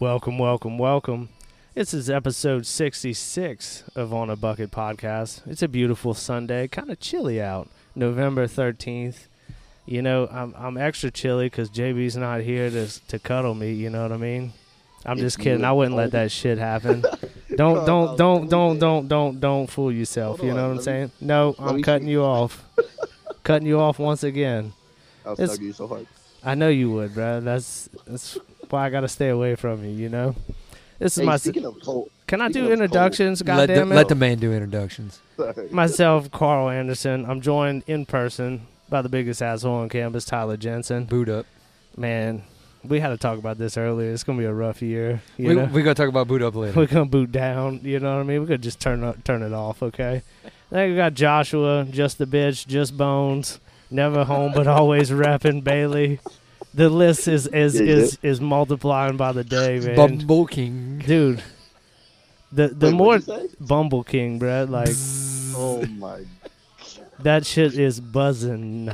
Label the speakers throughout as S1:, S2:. S1: Welcome, welcome, welcome. This is episode 66 of On a Bucket Podcast. It's a beautiful Sunday, kind of chilly out, November 13th. You know, I'm, I'm extra chilly because JB's not here to, s- to cuddle me, you know what I mean? I'm
S2: If
S1: just
S2: you
S1: kidding. I
S2: would
S1: wouldn't let
S2: only-
S1: that shit happen. Don't
S2: Oh,
S1: don't don't
S2: do
S1: don't
S2: that.
S1: don't don't don't fool yourself.
S2: Hold
S1: You know
S2: on,
S1: what I'm
S2: let
S1: saying?
S2: me-
S1: No, I'm
S2: me
S1: cutting
S2: see.
S1: you off. Cutting you off once again.
S2: I'll
S1: It's-
S2: stab you so hard.
S1: I know you would, bro. That's that's why I gotta stay away from you. You know. This is
S2: Hey,
S1: my. s-
S2: speaking of cold,
S1: Can I
S2: speaking
S1: do
S2: of cold-
S1: introductions? God
S3: let, the,
S1: damn it!
S3: let the man do introductions.
S2: sorry.
S1: Myself, Carl Anderson. I'm joined in person by the biggest asshole on campus, Tyler Jensen.
S3: Boot up.
S1: Man, we had to talk about this earlier. It's gonna be a rough year. You
S3: We,
S1: know?
S3: we gonna talk about boot up later.
S1: We're gonna boot down. You know what I mean? We're gonna just turn up, turn it off. Okay. Then we got Joshua, just the bitch, just bones, never home but always repping Bailey. The list is is
S2: Yeah,
S1: is, is multiplying by the day, man.
S3: Bumble King.
S1: Dude, the the
S2: Wait, what'd
S1: more
S2: you say?
S1: Bumble King, bro, like
S2: Oh my.
S1: that shit is buzzing.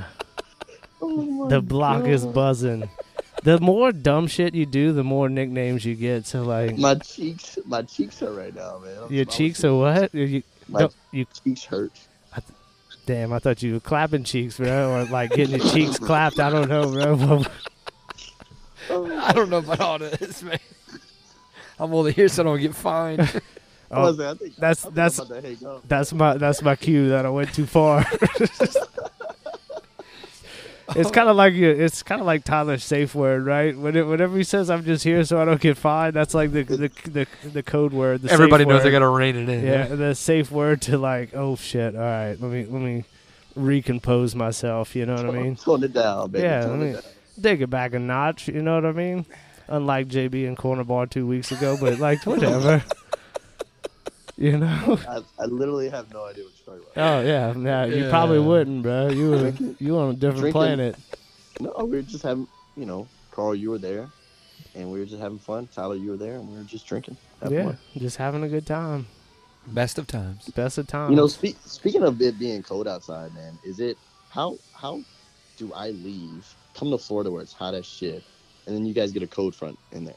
S2: Oh my
S1: The block is
S2: God.
S1: buzzing. The more dumb shit you do, the more nicknames you get. So like,
S2: My cheeks, my cheeks hurt right now, man. I'm-
S1: your
S2: I'm-
S1: cheeks are what? You,
S2: My
S1: don't- you
S2: cheeks hurt.
S1: Damn, I thought you were clapping cheeks, bro, or like getting your cheeks clapped. I don't know, bro.
S2: Oh,
S3: I don't know about all this, man. I'm only here so I don't get fined.
S2: I
S1: Oh,
S2: was like, I think,
S1: that's-
S2: I think
S1: that's-
S2: I'm about to hang up.
S1: that's my that's my cue that I went too far. it's kind of like you. It's kind of like Tyler's safe word, right? When it, whenever he says "I'm just here so I don't get fined," that's like the the the, the code word. The safe
S3: Everybody knows
S1: word.
S3: I gotta rein it in.
S1: Yeah, the safe word to like, oh shit, all right, let me let me recompose myself. You know what I mean?
S2: Tone it down, baby.
S1: Yeah,
S2: tone
S1: I
S2: it
S1: mean-
S2: down.
S1: dig it back a notch. You know what I mean? Unlike JB and Corner Bar two weeks ago, but like whatever. you know?
S2: I, I literally have no idea what you're talking about.
S1: Oh yeah, nah, you
S3: Yeah.
S1: probably wouldn't, bro. You were you on a different
S2: Drinking.
S1: planet.
S2: No, we were just having, you know, Carl, you were there, and we were just having fun. Tyler, you were there, and we were just drinking. having
S1: Yeah,
S2: fun.
S1: just having a good time.
S3: Best of times.
S1: Best of times.
S2: You
S3: Um,
S2: know, spe- speaking of it being cold outside, man, is it how how do I leave, come to Florida where it's hot as shit, and then you guys get a cold front in there?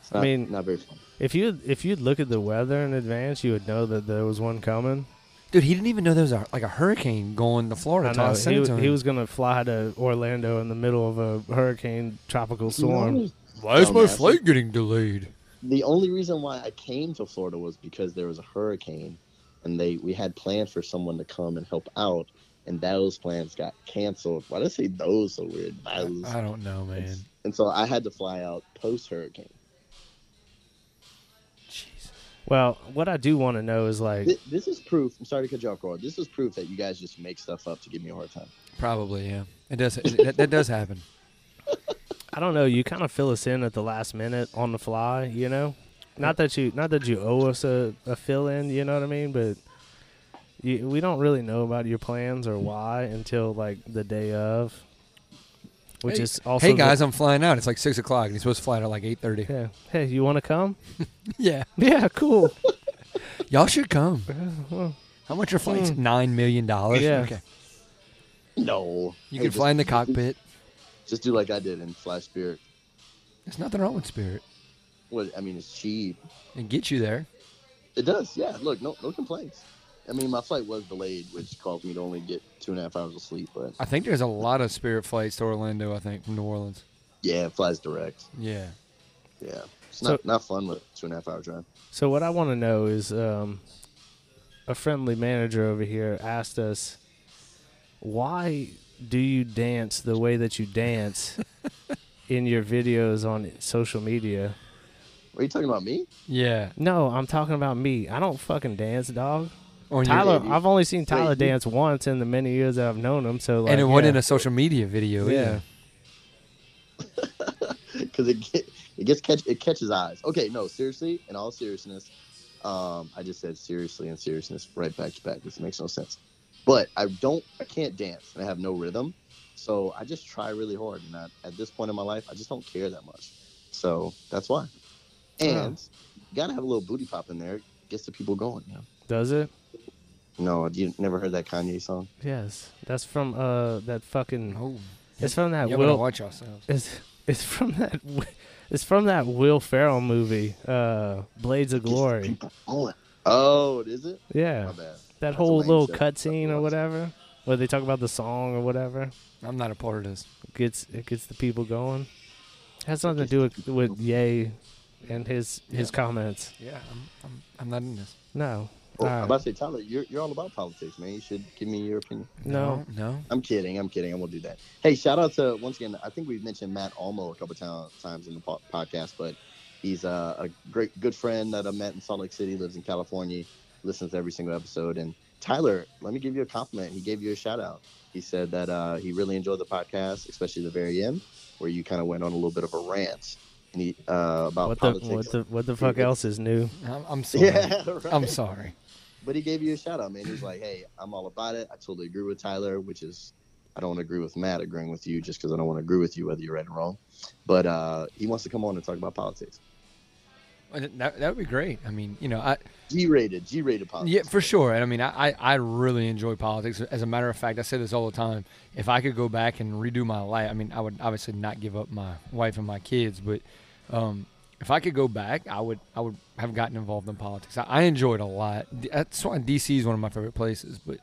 S2: It's
S1: I
S2: not,
S1: mean-
S2: not very fun.
S1: if you if you'd look at the weather in advance, you would know that there was one coming.
S3: Dude, he didn't even know there was a, like a hurricane going to Florida.
S1: I
S3: till
S1: know
S3: sent
S1: he,
S3: it
S1: was-
S3: to him.
S1: he was gonna fly to Orlando in the middle of a hurricane tropical storm.
S3: Why is
S2: Oh,
S3: my
S2: man.
S3: flight getting delayed?
S2: The only reason why I came to Florida was because there was a hurricane, and they we had plans for someone to come and help out, and those plans got canceled. Why did I say those so weird?
S3: I,
S2: Those.
S3: I don't know, man.
S2: And so I had to fly out post hurricane.
S3: Jeez.
S1: Well, what I do want to know is like
S2: This, this is proof. I'm sorry to cut you off, Carl. This is proof that you guys just make stuff up to give me a hard time.
S3: Probably, yeah. It does. it- that, that does happen.
S1: I don't know. You kind of fill us in at the last minute on the fly, you know. Not that you, not that you owe us a, a fill in, you know what I mean. But you, we don't really know about your plans or why until like the day of, which
S3: Hey-
S1: is also
S3: Hey
S1: the-
S3: guys, I'm flying out. It's like six o'clock, and he's supposed to fly out at like eight thirty.
S1: yeah. Hey, you want to come?
S3: Yeah,
S1: Yeah, cool.
S3: y'all should come.
S1: well.
S3: How much are flights?
S1: Mm.
S3: Nine million dollars.
S1: Yeah.
S3: Okay.
S2: No.
S3: You
S2: Hey,
S3: can
S2: just-
S3: fly in the cockpit.
S2: Just do like I did in Flash Spirit.
S3: There's nothing wrong with Spirit.
S2: Well, I mean, it's cheap.
S3: It gets you there.
S2: It does, yeah. Look, no, no complaints. I mean, my flight was delayed, which caused me to only get two and a half hours of sleep. But
S3: I think there's a lot of Spirit flights to Orlando. I think from New Orleans.
S2: yeah, it flies direct.
S3: Yeah.
S2: Yeah, it's
S1: So-
S2: not not fun with two and a half hour drive.
S1: So what I want to know is, um, a friendly manager over here asked us, why do you dance the way that you dance in your videos on social media?
S2: Are you talking about me?
S3: Yeah.
S1: No, I'm talking about me. I don't fucking dance, dog.
S3: On your-
S1: Tyler,
S2: you-
S1: I've only seen Tyler
S2: you-
S1: dance once in the many years that I've known him. So like,
S3: and it
S1: yeah.
S3: wasn't a social media video.
S1: yeah.
S3: Yeah.
S2: Because it get, it gets catch it catches eyes. Okay, no, seriously. In all seriousness, um, I just said seriously and seriousness right back to back. This makes no sense. But I don't, I can't dance, and I have no rhythm. So I just try really hard, and I, at this point in my life, I just don't care that much. So that's why. And you gotta have a little booty pop in there. Gets the people going. You know?
S1: Does it?
S2: No, you never heard that Kanye song?
S1: Yes. That's from uh that fucking.
S3: Oh,
S1: It's from that
S3: y'all better
S1: Will.
S3: watch yourselves.
S1: It's it's from that. Wi- It's from that Will Ferrell movie, uh, Blades of
S2: Gets
S1: Glory.
S2: people going. Oh, is it? My
S1: Yeah,
S2: bad.
S1: that
S2: That's a
S1: whole
S2: lame
S1: little
S2: show.
S1: cutscene or
S2: That's-
S1: whatever, where they talk about the song or whatever,
S3: I'm not a part of this.
S1: gets it gets the people going. has nothing to do with, with Ye and his his
S3: Yeah.
S1: comments.
S3: Yeah, I'm, I'm, I'm not in this.
S1: No, Uh,
S2: Oh,
S1: Alright.
S2: I'm about to say, Tyler, you're, you're all about politics, man. You should give me your opinion.
S1: no.
S3: no.
S2: I'm kidding. I'm kidding. I won't do that. Hey, shout out to once again. I think we've mentioned Matt Almo a couple times times in the po- podcast, but he's a, a great good friend that I met in Salt Lake City. Lives in California. Listens to every single episode. And Tyler, let me give you a compliment. He gave you a shout out. He said that uh, he really enjoyed the podcast, especially the very end where you kind of went on a little bit of a rant and he, uh, about
S1: What the
S2: politics.
S1: what the what the fuck else is new?
S3: I'm, I'm sorry.
S2: yeah, right.
S3: I'm sorry.
S2: But he gave you a shout out, man. He's like, hey, I'm all about it. I totally agree with Tyler, which is, I don't agree with Matt agreeing with you just because I don't want to agree with you, whether you're right or wrong. But uh, he wants to come on and talk about politics.
S3: And That, that would be great. I mean, you know, I
S2: G rated, G rated politics.
S3: yeah, for sure. And I mean, I, I I really enjoy politics. As a matter of fact, I say this all the time. If I could go back and redo my life, I mean, I would obviously not give up my wife and my kids, but um, if I could go back, I would I would have gotten involved in politics. I, I enjoyed a lot. D- That's why DC is one of my favorite places. But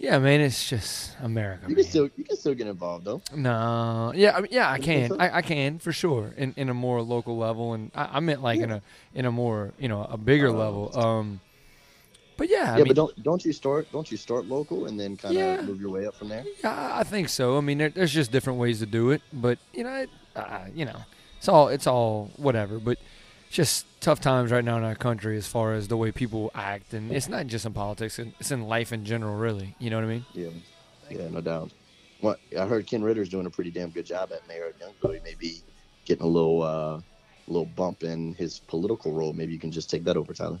S3: yeah, man, it's just America.
S2: You
S3: man.
S2: can still, you can still get involved though.
S3: No. Yeah. I mean, yeah. I
S2: You think so?
S3: can. I, I can for sure. In in a more local level, and I, I meant like in a in a more you know a bigger
S2: Oh.
S3: level. Um. But yeah,
S2: Yeah,
S3: I
S2: but
S3: mean,
S2: don't, don't you start, don't you start local and then kind of
S3: Yeah.
S2: move your way up from there?
S3: yeah, I- I think so. I mean, there, there's just different ways to do it. But you know, it, uh, you know, it's all it's all whatever. But it's just tough times right now in our country as far as the way people act, and it's not just in politics. it- It's in life in general, really. You know what I mean?
S2: Yeah, yeah, no doubt. What I heard, Ken Ritter's doing a pretty damn good job at mayor of Youngville. He may be getting a little, uh, little bump in his political role. Maybe you can just take that over, Tyler.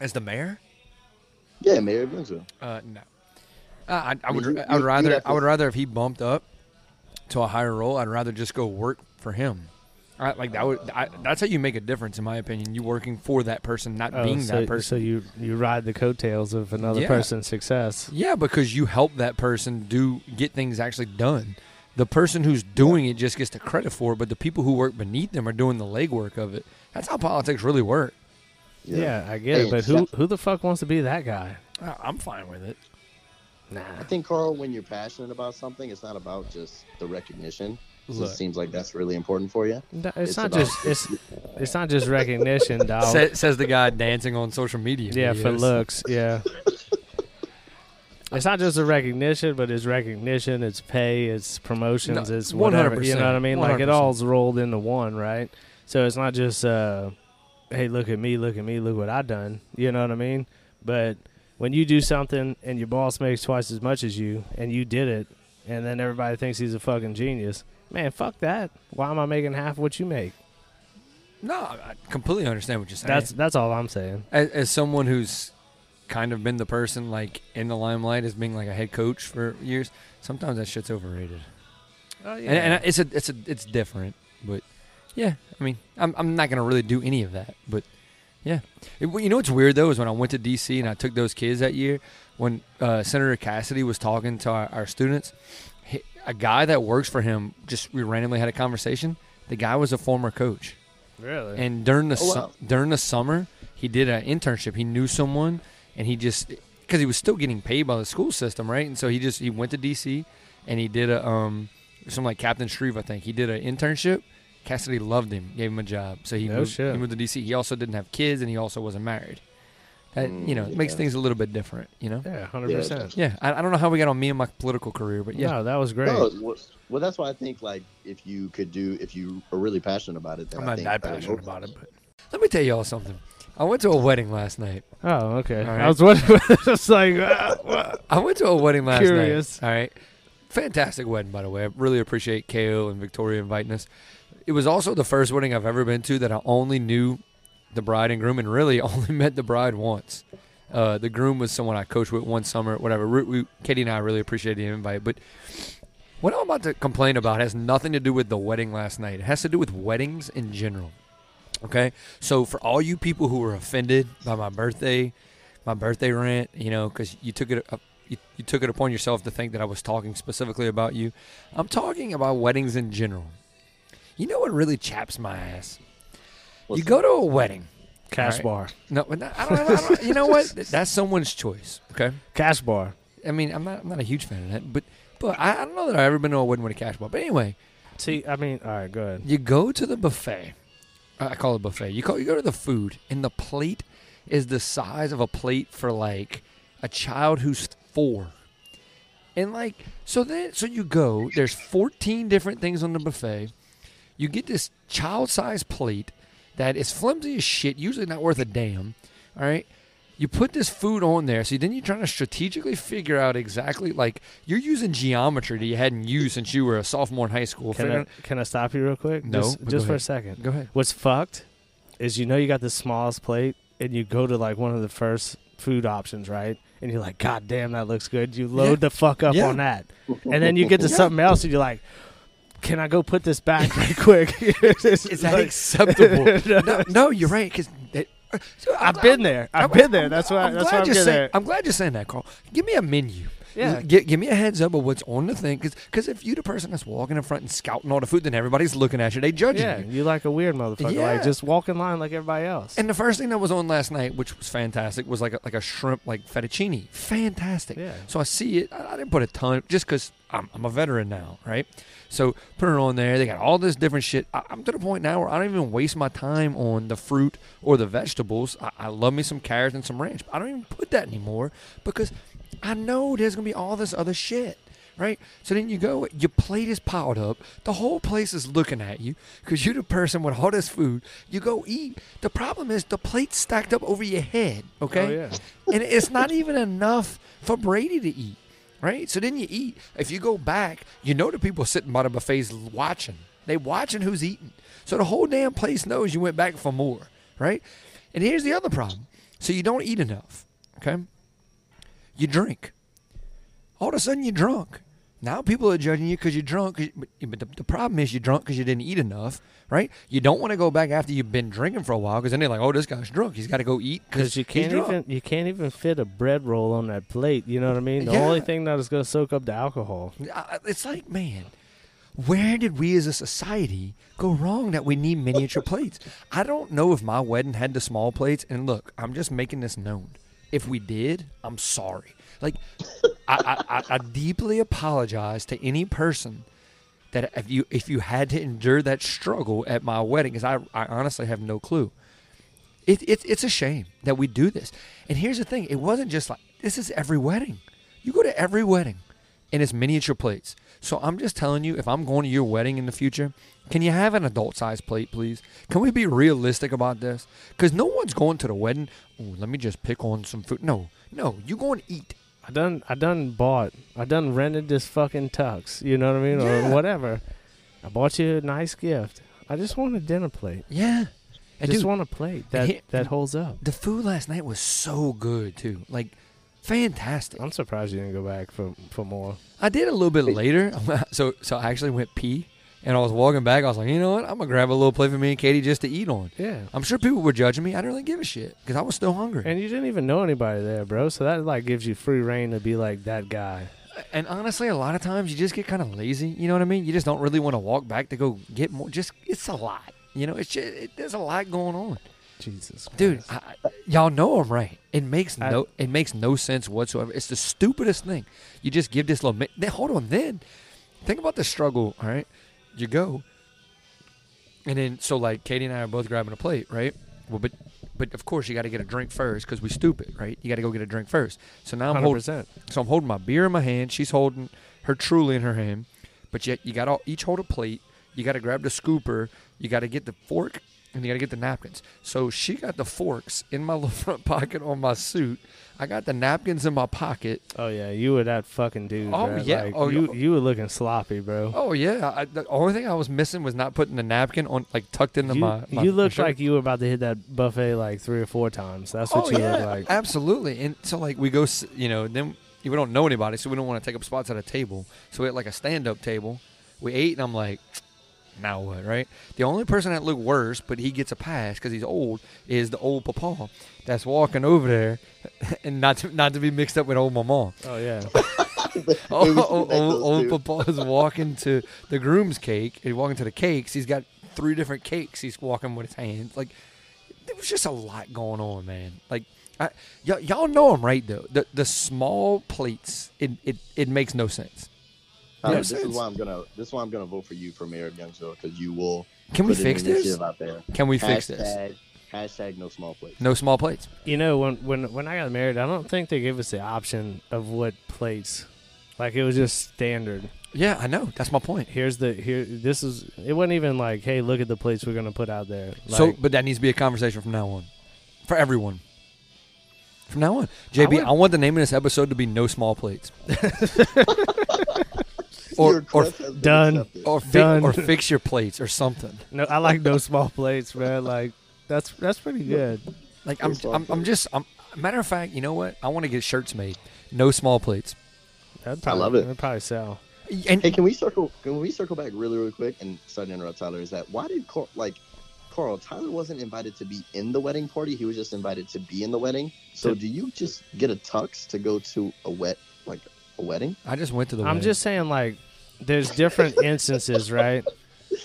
S3: As the mayor?
S2: Yeah, Mayor of Youngsville.
S3: Uh, no. Uh, I, I would.
S2: You-
S3: I would
S2: you-
S3: rather.
S2: you'd have
S3: I would
S2: to-
S3: rather if he bumped up to a higher role. I'd rather just go work for him. I, like that would. I, that's how you make a difference, in my opinion. You working for that person, not
S1: Oh,
S3: being
S1: so,
S3: that person.
S1: so you you ride the coattails of another
S3: Yeah.
S1: person's success.
S3: yeah, because you help that person do get things actually done. The person who's doing it just gets the credit for it, but the people who work beneath them are doing the legwork of it. That's how politics really work.
S1: Yeah, I get
S2: Hey,
S1: it, but who
S2: Seth-
S1: who the fuck wants to be that guy?
S3: I- I'm fine with it.
S1: Nah.
S2: I think Carl, when you're passionate about something, it's not about just the recognition. So
S3: Look.
S2: it seems like that's really important for you.
S1: No, it's,
S2: It's
S1: not
S2: about-
S1: just it's it's not just recognition, dog.
S3: Sa- says the guy dancing on social media.
S1: yeah, for
S3: videos.
S1: looks. Yeah. It's not just the recognition, but it's recognition, it's pay, it's promotions,
S3: No,
S1: it's whatever. You
S3: 100%,
S1: know what I mean? Like it
S3: 100%.
S1: all's rolled into one, right? So it's not just, uh, hey, look at me, look at me, look what I done. You know what I mean? But when you do something and your boss makes twice as much as you, and you did it, and then everybody thinks he's a fucking genius, man, fuck that. Why am I making half what you make?
S3: No, I I completely understand what you're saying.
S1: That's that's all I'm saying.
S3: as, as someone who's kind of been the person like in the limelight as being like a head coach for years, sometimes that shit's overrated.
S1: Oh yeah.
S3: And, and it's a it's a it's different, but yeah, I mean, I'm I'm not gonna really do any of that, but yeah. It- well, you know what's weird though is when I went to DC and I took those kids that year when uh, Senator Cassidy was talking to our, our students, he, a guy that works for him just we randomly had a conversation. The guy was a former coach.
S1: really.
S3: And during the
S2: Oh,
S3: su-
S2: wow.
S3: during the summer, he did an internship. He knew someone, and he just because he was still getting paid by the school system, right? And so he just he went to DC, and he did a um something like Captain Shreve, I think. He did an internship. Cassidy loved him, gave him a job, so he
S1: No
S3: moved,
S1: shit.
S3: he moved to DC. He also didn't have kids, and he also wasn't married. That you know
S2: Mm,
S3: makes
S2: yeah.
S3: things a little bit different, you know.
S1: yeah, hundred
S2: Yeah,
S1: percent.
S3: Yeah, I, I don't know how we got on me and my political career, but yeah,
S1: No, that was great.
S2: No, well, well, that's why I think like if you could do, if you are really passionate about it, then
S3: I'm
S2: I
S3: not
S2: think
S3: that
S2: that'll
S3: passionate
S2: work.
S3: about it. But let me tell y'all something. I went to a wedding last night.
S1: Oh, okay.
S3: All
S1: I
S3: right.
S1: was wondering, just like, uh, what?
S3: I went to a wedding last
S1: Curious.
S3: night. All right. Fantastic wedding, by the way. I really appreciate KO and Victoria inviting us. It was also the first wedding I've ever been to that I only knew the bride and groom, and really only met the bride once. Uh, the groom was someone I coached with one summer, whatever. We, we, Katie and I really appreciated the invite, but what I'm about to complain about has nothing to do with the wedding last night. It has to do with weddings in general. Okay, so for all you people who were offended by my birthday, my birthday rant, you know, because you took it, uh, you, you took it upon yourself to think that I was talking specifically about you. I'm talking about weddings in general. You know what really chaps my ass?
S2: What's
S3: you go to a wedding.
S1: Cash
S3: All
S1: bar.
S3: right. No, but no, I don't, I don't- You know what? That's someone's choice. Okay.
S1: Cash bar.
S3: I mean, I'm not. I'm not a huge fan of that, but but I, I don't know that I've ever been to a wedding with a cash bar. But anyway,
S1: See, I mean, all right, go ahead.
S3: you go to the buffet. I I call it buffet. You call you go to the food, and the plate is the size of a plate for like a child who's four. And like so then so you go, there's 14 different things on the buffet. You get this child-sized plate that is flimsy as shit, usually not worth a damn, all right? You put this food on there, so then you're trying to strategically figure out exactly like you're using geometry that you hadn't used since you were a sophomore in high school.
S1: Can
S3: figuring-
S1: I, can I stop you real quick?
S3: No,
S1: Just,
S3: but go
S1: just for a
S3: ahead.
S1: second.
S3: Go ahead.
S1: What's fucked is you know you got the smallest plate and you go to like one of the first food options, right? And you're like, God damn, that looks good. You load the fuck up
S3: Yeah.
S1: on that. And then you get to something else and you're like, can I go put this back right quick?
S3: Is that acceptable? no, no, you're right. Because
S1: I've been there. I've been there. That's why. That's why I'm
S3: you're
S1: getting
S3: saying.
S1: there.
S3: I'm glad you're saying that, Carl. Give me a menu.
S1: Yeah.
S3: Gi- give me a heads up of what's on the thing, because if you the person that's walking in front and scouting all the food, then everybody's looking at you. They judging
S1: Yeah,
S3: you.
S1: you like a weird motherfucker.
S3: Yeah.
S1: Like just walk in line like everybody else.
S3: And the first thing that was on last night, which was fantastic, was like a, like a shrimp like fettuccine. Fantastic.
S1: Yeah.
S3: So I see it. I, I didn't put a ton just because I'm, I'm a veteran now, right? So put it on there. They got all this different shit. I, I'm to the point now where I don't even waste my time on the fruit or the vegetables. I, I love me some carrots and some ranch. But I don't even put that anymore because I know there's gonna be all this other shit. Right, so then you go. Your plate is piled up. The whole place is looking at you because you're the person with all this food. You go eat. The problem is the plate's stacked up over your head. Okay,
S1: Oh, yeah.
S3: and it's not even enough for Brady to eat, right? So then you eat. If you go back, you know the people sitting by the buffets watching. They watching who's eating. So the whole damn place knows you went back for more, right? And here's the other problem. So you don't eat enough, okay? You drink. All of a sudden you're drunk. Now people are judging you because you're drunk. 'cause- But but the, the problem is you're drunk because you didn't eat enough, right? You don't want to go back after you've been drinking for a while because then they're like, "Oh, this guy's drunk. He's got to go eat
S1: Because you
S3: he's
S1: can't
S3: drunk."
S1: even you can't even fit a bread roll on that plate. You know what I mean? The
S3: Yeah.
S1: only thing that is going to soak up the alcohol.
S3: I- I- it's like man where did we as a society go wrong that we need miniature plates i don't know if my wedding had the small plates and look i'm just making this known if we did i'm sorry like I, I, I, I deeply apologize to any person that if you if you had to endure that struggle at my wedding because I, I honestly have no clue it, it, it's a shame that we do this. And here's the thing: it wasn't just like this is every wedding. You go to every wedding, and it's miniature plates. So I'm just telling you, if I'm going to your wedding in the future, can you have an adult size plate, please? Can we be realistic about this? Because no one's going to the wedding. "Ooh, let me just pick on some food. No, no, you go and eat.
S1: I done I done bought I done rented this fucking tux. You know what I mean?
S3: Yeah.
S1: Or whatever. I bought you a nice gift. I just want a dinner plate.
S3: Yeah,
S1: I
S3: and
S1: just
S3: dude,
S1: want a plate that
S3: hit-
S1: that holds up.
S3: the food last night was so good too. Like. Fantastic!
S1: I'm surprised you didn't go back for for more.
S3: I did a little bit later. So so I actually went pee, and I was walking back. I was like, you know what? I'm gonna grab a little plate for me and Katie just to eat on.
S1: Yeah.
S3: I'm sure people were judging me. I didn't really give a shit because I was still hungry. And,
S1: And you didn't even know anybody there, bro. So that like gives you free reign to be like that guy.
S3: honestly, a lot of times you just get kind of lazy. You know what I mean? You just don't really want to walk back to go get more. Just it's a lot. You know, it's just, it, there's a lot going on,
S1: Jesus.
S3: dude.
S1: Christ.
S3: I, I- y'all know I'm right. It makes
S1: I-
S3: no it makes no sense whatsoever. It's the stupidest thing. You just give this little. mi- Then hold on. Then think about the struggle. All right, you go, and then so like Katie and I are both grabbing a plate, right? Well, but but of course you got to get a drink first because we stupid, right? You got to go get a drink first. So now I'm holding.
S1: 100%.
S3: So I'm holding my beer in my hand. She's holding her truly in her hand. But yet you got to each hold a plate. You got to grab the scooper. You got to get the fork and you got to get the napkins. So she got the forks in my little front pocket on my suit. I got the napkins in my pocket.
S1: Oh yeah, you were that fucking dude.
S3: Oh,
S1: bro.
S3: yeah.
S1: Like,
S3: Oh,
S1: you
S3: yeah.
S1: you were looking sloppy, bro.
S3: Oh yeah, I, the only thing I was missing was not putting the napkin on, like tucked into
S1: you
S3: my, my.
S1: you
S3: my
S1: looked
S3: shirt.
S1: like you were about to hit that buffet like three or four times. That's what
S3: oh
S1: you
S3: yeah,
S1: looked like.
S3: absolutely. And so like we go, s- you know, then we don't know anybody, so we don't want to take up spots at a table. So we had like a stand-up table. We ate, and I'm like, now what, right? The only person that looked worse, but he gets a pass because he's old, is the old papa that's walking over there, and not to, not to be mixed up with old mama.
S1: Oh yeah.
S3: Oh,
S2: Maybe we should
S3: oh,
S2: connect
S3: oh,
S2: those
S3: old
S2: two.
S3: Papa is walking to the groom's cake. He's walking to the cakes. He's got three different cakes. He's walking with his hands. Like there was just a lot going on, man. Like I, y- y'all know him, right? Though the the small plates, it it, it makes no sense.
S2: Tyler,
S3: Yeah,
S2: Uh, this
S3: sense.
S2: is why I'm gonna. This is why I'm gonna vote for you for mayor of Youngsville because you will.
S3: Can we
S2: put an
S3: fix this?
S2: initiative Out there.
S3: Can we fix this?
S2: Hashtag- Hashtag no small plates.
S3: No small plates.
S1: You know, when when when I got married, I don't think they gave us the option of what plates. Like it was just standard.
S3: Yeah, I know. That's my point.
S1: Here's the here. This is. It wasn't even like, hey, look at the plates we're gonna put out there. Like,
S3: so, but that needs to be a conversation from now on, for everyone. From now on, JB,
S1: would-
S3: I want the name of this episode to be "No Small Plates." or,
S2: Your
S3: or
S2: request has been
S1: done.
S2: accepted.
S3: or, fi-
S1: Done.
S3: or fix your plates or something.
S1: no, I like no small plates, man. Like that's that's pretty good.
S3: Like I'm,
S2: small
S3: I'm, I'm just. I'm, matter of fact, you know what? I want to get shirts made. No small plates.
S1: That'd probably,
S2: love it.
S1: That'd probably sell.
S3: And
S2: Hey, can we circle? Can we circle back really, really quick? And sorry to interrupt, Tyler. Is that why did Carl, like Carl? Tyler wasn't invited to be in the wedding party. He was just invited to be in the wedding. So, do you just get a tux to go to a wet like a wedding?
S3: I just went to the.
S1: I'm
S3: wedding.
S1: just saying, like, there's different instances, right?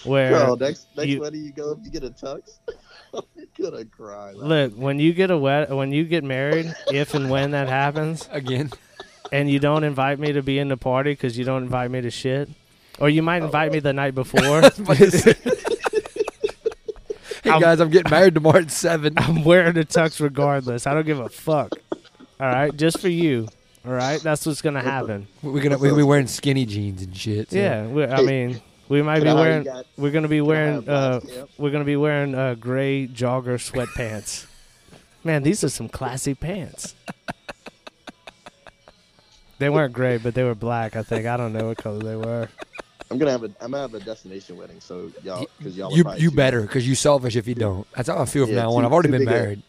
S1: Where
S2: Carl, next next
S1: you-
S2: wedding you go, if you get a tux, I'm gonna cry. man.
S1: Look, when you get a wed- when you get married, if and when that happens,
S3: again.
S1: and you don't invite me to be in the party because you don't invite me to shit, or you might invite me the night before.
S3: hey
S1: I'm-
S3: guys, I'm getting married tomorrow at seven.
S1: I'm wearing a tux regardless. I don't give a fuck. All right, just for you. All right, that's what's gonna happen.
S3: We're gonna we're gonna be wearing skinny jeans and shit. so-
S1: Yeah, we, I mean, we might
S2: Can
S1: be
S2: I already
S1: wearing.
S2: got-
S1: We're gonna be
S2: I
S1: wearing.
S2: have
S1: Uh,
S2: last camp?
S1: we're gonna be wearing uh, gray jogger sweatpants. Man, these are some classy pants. They weren't gray, but they were black. I think I don't know what color they were.
S2: I'm gonna have a I'm gonna have a destination wedding. So y'all, because Oh, y'all, are
S3: You
S2: probably
S3: you
S2: too-
S3: better because you selfish if you don't. That's how I feel from
S2: Yeah,
S3: now on.
S2: too-
S3: I've already
S2: too
S3: been
S2: big a-
S3: married.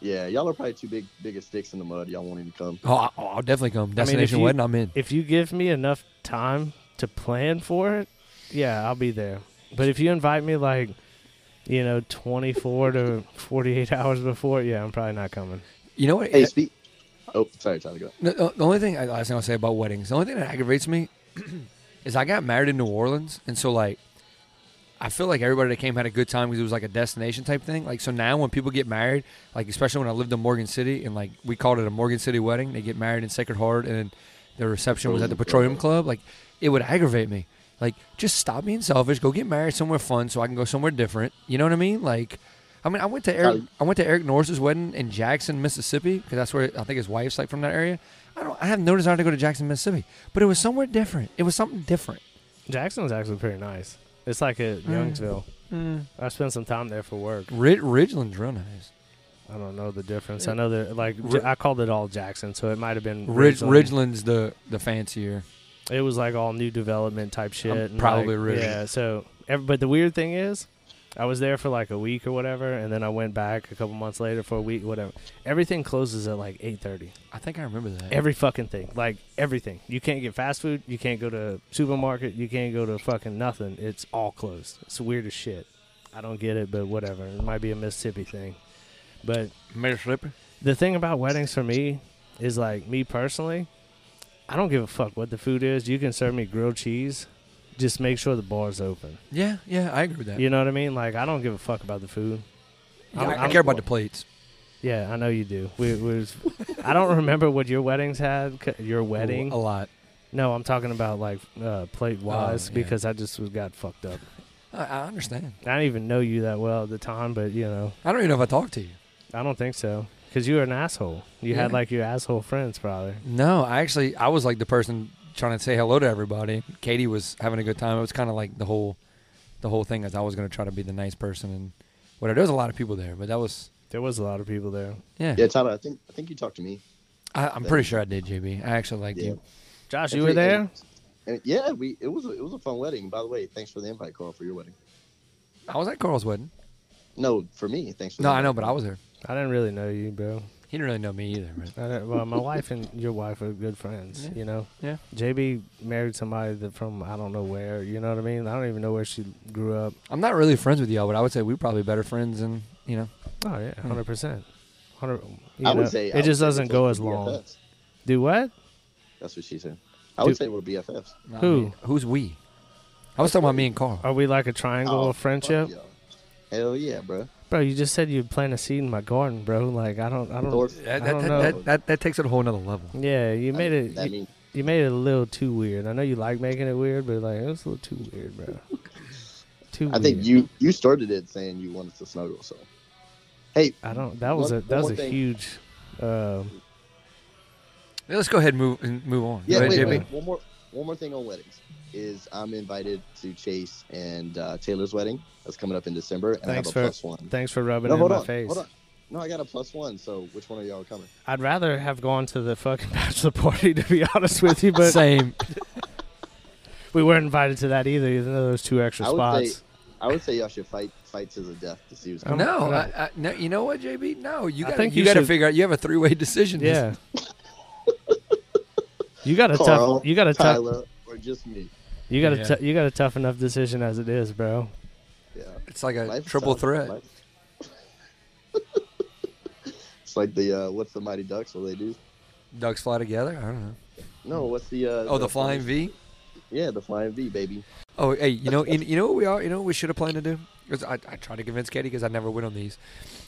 S2: Yeah, y'all are probably two big biggest sticks in the mud. Y'all won't even come.
S3: Oh, I, oh, I'll definitely come. Destination
S1: you-
S3: wedding, I'm in.
S1: If you give me enough time to plan for it, yeah, I'll be there. But if you invite me like, you know, 24 to 48 hours before, yeah, I'm probably not coming.
S3: You know what?
S2: Hey, speak. Oh, sorry, Tyler. Go.
S3: No, no, the only thing, I- last thing I'll say about weddings, the only thing that aggravates me is I got married in New Orleans, and so like, I feel like everybody that came had a good time because it was like a destination type thing. Like, so now when people get married, like especially when I lived in Morgan City, and like we called it a Morgan City wedding, they get married in Sacred Heart, and then the reception was at the Petroleum Club. Like, it would aggravate me. Like, just stop being selfish. Go get married somewhere fun, so I can go somewhere different. You know what I mean? Like. I mean, I went to Eric.
S2: Um,
S3: I went to Eric Norris's wedding in Jackson, Mississippi, because that's where I think his wife's like from that area. I don't. I have no desire to go to Jackson, Mississippi, but it was somewhere different. It was something different.
S1: Jackson's actually pretty nice. It's like at
S3: Mm.
S1: Youngsville. I spent some time there for work.
S3: Rid- Ridgeland's real nice.
S1: I don't know the difference. I know that like J- I called it all Jackson, so it might have been
S3: Ridge,
S1: Ridgeland.
S3: Ridgeland's the the fancier.
S1: It was like all new development type shit. and,
S3: probably
S1: like,
S3: Ridgeland.
S1: Yeah. So, ev- but the weird thing is, I was there for like a week or whatever, and then I went back a couple months later for a week, whatever. Everything closes at like eight thirty.
S3: I think I remember that.
S1: Every fucking thing, like everything. You can't get fast food. You can't go to supermarket. You can't go to fucking nothing. It's all closed. It's weird as shit. I don't get it, but whatever. It might be a Mississippi thing, but
S3: Mississippi.
S1: the thing about weddings for me is like me personally, I don't give a fuck what the food is. You can serve me grilled cheese. Just make sure the bar's open.
S3: Yeah, yeah, I agree with that.
S1: You know what I mean? Like I don't give a fuck about the food.
S3: I,
S1: I'm-
S3: I
S1: I'm-
S3: care about the plates.
S1: Yeah, I know you do. We, we was, I don't remember what your weddings had. c- Your wedding?
S3: a lot.
S1: No, I'm talking about like uh, plate wise
S3: yeah.
S1: because I just was got fucked up.
S3: I, I understand.
S1: I didn't even know you that well at the time, but you know,
S3: I don't even know if I talked to you.
S1: I don't think so because you were an asshole. You had
S3: Yeah.
S1: like your asshole friends, probably.
S3: No, I actually I was like the person trying to say hello to everybody. Katie was having a good time. It was kind of like the whole the whole thing is I was going to try to be the nice person and whatever. There was a lot of people there, but that was
S1: There was a lot of people there.
S3: yeah.
S2: Yeah, Tyler, I think I think you talked to me.
S3: I, I'm pretty sure I did, JB. I actually liked you.
S1: Josh,
S2: And
S1: you
S2: we-
S1: were there.
S2: and- and yeah, we it was a- it was a fun wedding. By the way, thanks for the invite, Carl, for your wedding.
S3: I was at Carl's wedding.
S2: No, for me, thanks for.
S3: No,
S2: the
S3: I know,
S2: invite.
S3: but I was there.
S1: I didn't really know you, bro.
S3: He didn't really know me either, right?
S1: I don't- well, my wife and your wife are good friends.
S3: Yeah.
S1: You know,
S3: Yeah.
S1: JB married somebody that from I don't know where. You know what I mean? I don't even know where she grew up.
S3: I'm not really friends with y'all, but I would say we're probably better friends and you know.
S1: Oh yeah, hundred percent. Hundred. you
S2: I would
S1: know,
S2: say I
S1: it
S2: would
S1: just
S2: say
S1: doesn't
S2: we're
S1: go
S2: just
S1: as long.
S2: BFFs.
S1: Do what?
S2: That's what she said. I would
S1: Dude.
S2: say we're BFFs.
S3: I
S1: Who? Oh,
S3: mean, who's we? I was talking about me and Carl.
S1: Are we like a triangle
S2: Oh,
S1: of
S2: fuck
S1: friendship,
S2: yeah. Hell yeah, bro.
S1: bro? You just said you'd plant a seed in my garden, bro. Like I don't, I don't.
S2: Lord,
S1: I
S3: That, that,
S1: don't
S3: that,
S1: know.
S3: that, that, that takes it a whole nother level.
S1: yeah, you made it.
S2: That
S1: you,
S2: mean-
S1: you made it a little too weird. I know you like making it weird, but like it was a little too weird, bro. Too.
S2: I think
S1: weird.
S2: you you started it saying you wanted to snuggle. So, hey,
S1: I don't. That was
S2: One-
S1: a that was
S2: one
S1: a
S2: thing.
S1: huge. Uh,
S3: Yeah, Let's go ahead and move and move on.
S2: yeah,
S3: Go
S2: wait,
S3: ahead,
S2: wait,
S3: JB.
S2: one more one more thing on weddings is I'm invited to Chase and uh, Taylor's wedding that's coming up in December, and I have
S1: Thanks
S2: a
S1: for-
S2: plus one.
S1: thanks for rubbing
S2: No,
S1: it in
S2: hold
S1: my
S2: on,
S1: face.
S2: hold on. No, I got a plus one. So, which one are y'all coming?
S1: I'd rather have gone to the fucking bachelor party to be honest with you, but
S3: Same.
S1: we weren't invited to that either. Even though those two extra
S2: I would
S1: spots. Um,
S2: say I would say y'all should fight fight to the death to see who's
S1: I'm-
S2: coming.
S3: No,
S1: I'm-
S3: I, I, no, you know what, JB? No, you
S1: I
S3: got
S1: think
S3: you,
S1: you
S3: got to
S1: should-
S3: figure out. You have a three way decision.
S1: yeah. you got a
S2: Carl,
S1: tough. You got a tough.
S2: Tyler or just me?
S1: You got a
S3: Yeah.
S1: tou- you got a tough enough decision as it is, bro.
S2: Yeah,
S3: it's like a
S2: Life is
S3: triple
S2: tough.
S3: threat.
S2: Life- it's like the uh, what's the Mighty Ducks? What do they do?
S3: Ducks fly together. I don't know.
S2: No, what's the uh,
S3: Oh, the flying V.
S2: Yeah, the flying V, baby.
S3: Oh, hey, you know, you, you know what we are. You know what we should have planned to do. 'Cause I, I tried to convince Katie because I never win on these.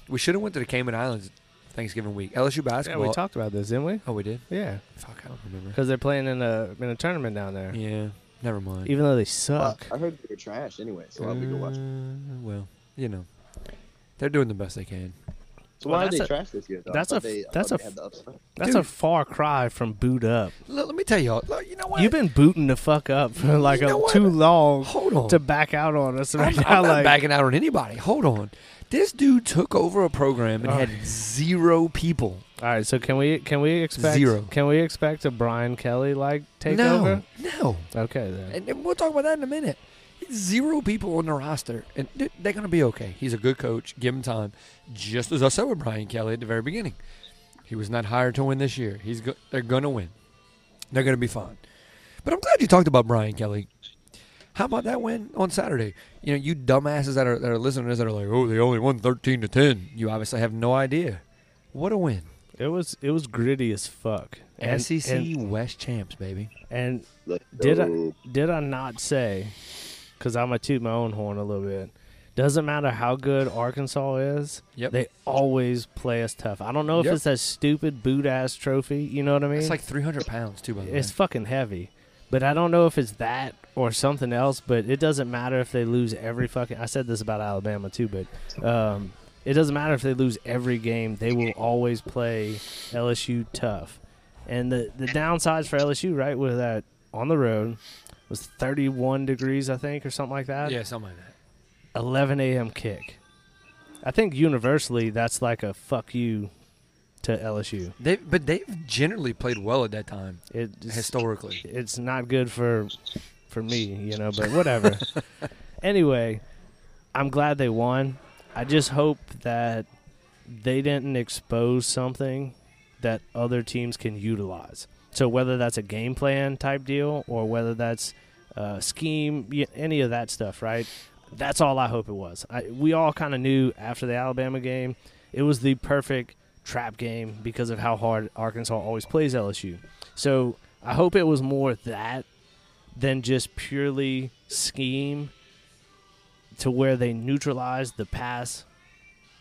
S3: We should have went to the Cayman Islands Thanksgiving week. LSU
S1: Yeah,
S3: basketball.
S1: we talked about this, didn't we?
S3: oh, we did.
S1: Yeah,
S3: Fuck, I don't remember.
S1: because they're playing in a in a tournament down there.
S3: Yeah, never mind.
S1: Even though they
S2: Well,
S1: suck.
S2: I heard they were trash anyway, so I'll be go watch.
S1: Mm.
S3: Uh, well, you know, they're doing the best they can.
S2: So
S1: well,
S2: why are
S1: that's
S2: they
S1: a-
S2: trash this year? Though? I
S1: that's a
S2: thought
S1: f-
S2: They, I
S1: that's
S2: thought
S1: a
S2: they had the upside.
S1: That's
S3: Dude.
S1: a far cry from boot up.
S3: Look, let me tell y'all. Look, you know what?
S1: You've been booting the fuck up for like
S3: You
S1: a,
S3: know what?
S1: too long
S3: Hold on.
S1: to back out on us
S3: I'm,
S1: right
S3: I'm
S1: now.
S3: not
S1: like,
S3: backing out on anybody. Hold on. This dude took over a program and
S1: Oh.
S3: had zero people.
S1: all right, so can we can we expect
S3: Zero.
S1: Can we expect a Brian Kelly like takeover?
S3: no, no.
S1: Okay then.
S3: And, and we'll talk about that in a minute. Zero people on the roster, and dude, they're gonna be okay. He's a good coach. Give him time, just as I said with Brian Kelly at the very beginning. He was not hired to win this year. He's go- they're gonna win. They're gonna be fine. But I'm glad you talked about Brian Kelly. How about that win on Saturday? You know, you dumbasses that are that are listening to this that are like, oh, they only won 13 to 10. You obviously have no idea. What a win!
S1: It was it was gritty as fuck. And-
S3: SEC
S1: and,
S3: West champs, baby.
S1: and
S2: Let's
S1: Did I-
S2: go.
S1: did I not say? Because I'm gonna toot my own horn a little bit. Doesn't matter how good Arkansas is,
S3: Yep.
S1: they always play us tough. I don't know if
S3: Yep.
S1: it's that stupid boot ass trophy. You know what I mean?
S3: It's like 300 pounds too, by the way.
S1: It's fucking heavy. But I don't know if it's that or something else. But it doesn't matter if they lose every fucking. I said this about Alabama too, but um, it doesn't matter if they lose every game. They will always play LSU tough. And the the downsides for LSU, right, was that on the road was 31 degrees, I think, or something like that.
S3: yeah, something like that.
S1: 11 a.m. kick. I think universally that's like a fuck you to LSU.
S3: They but they've generally played well at that time
S1: It just-
S3: historically.
S1: it's not good for for me, you know, but whatever. anyway, I'm glad they won. I just hope that they didn't expose something that other teams can utilize. So whether that's a game plan type deal or whether that's uh, scheme, y- any of that stuff, right? That's all I hope it was. I, we all kind of knew after the Alabama game, it was the perfect trap game because of how hard Arkansas always plays LSU. So I hope it was more that than just purely scheme to where they neutralized the pass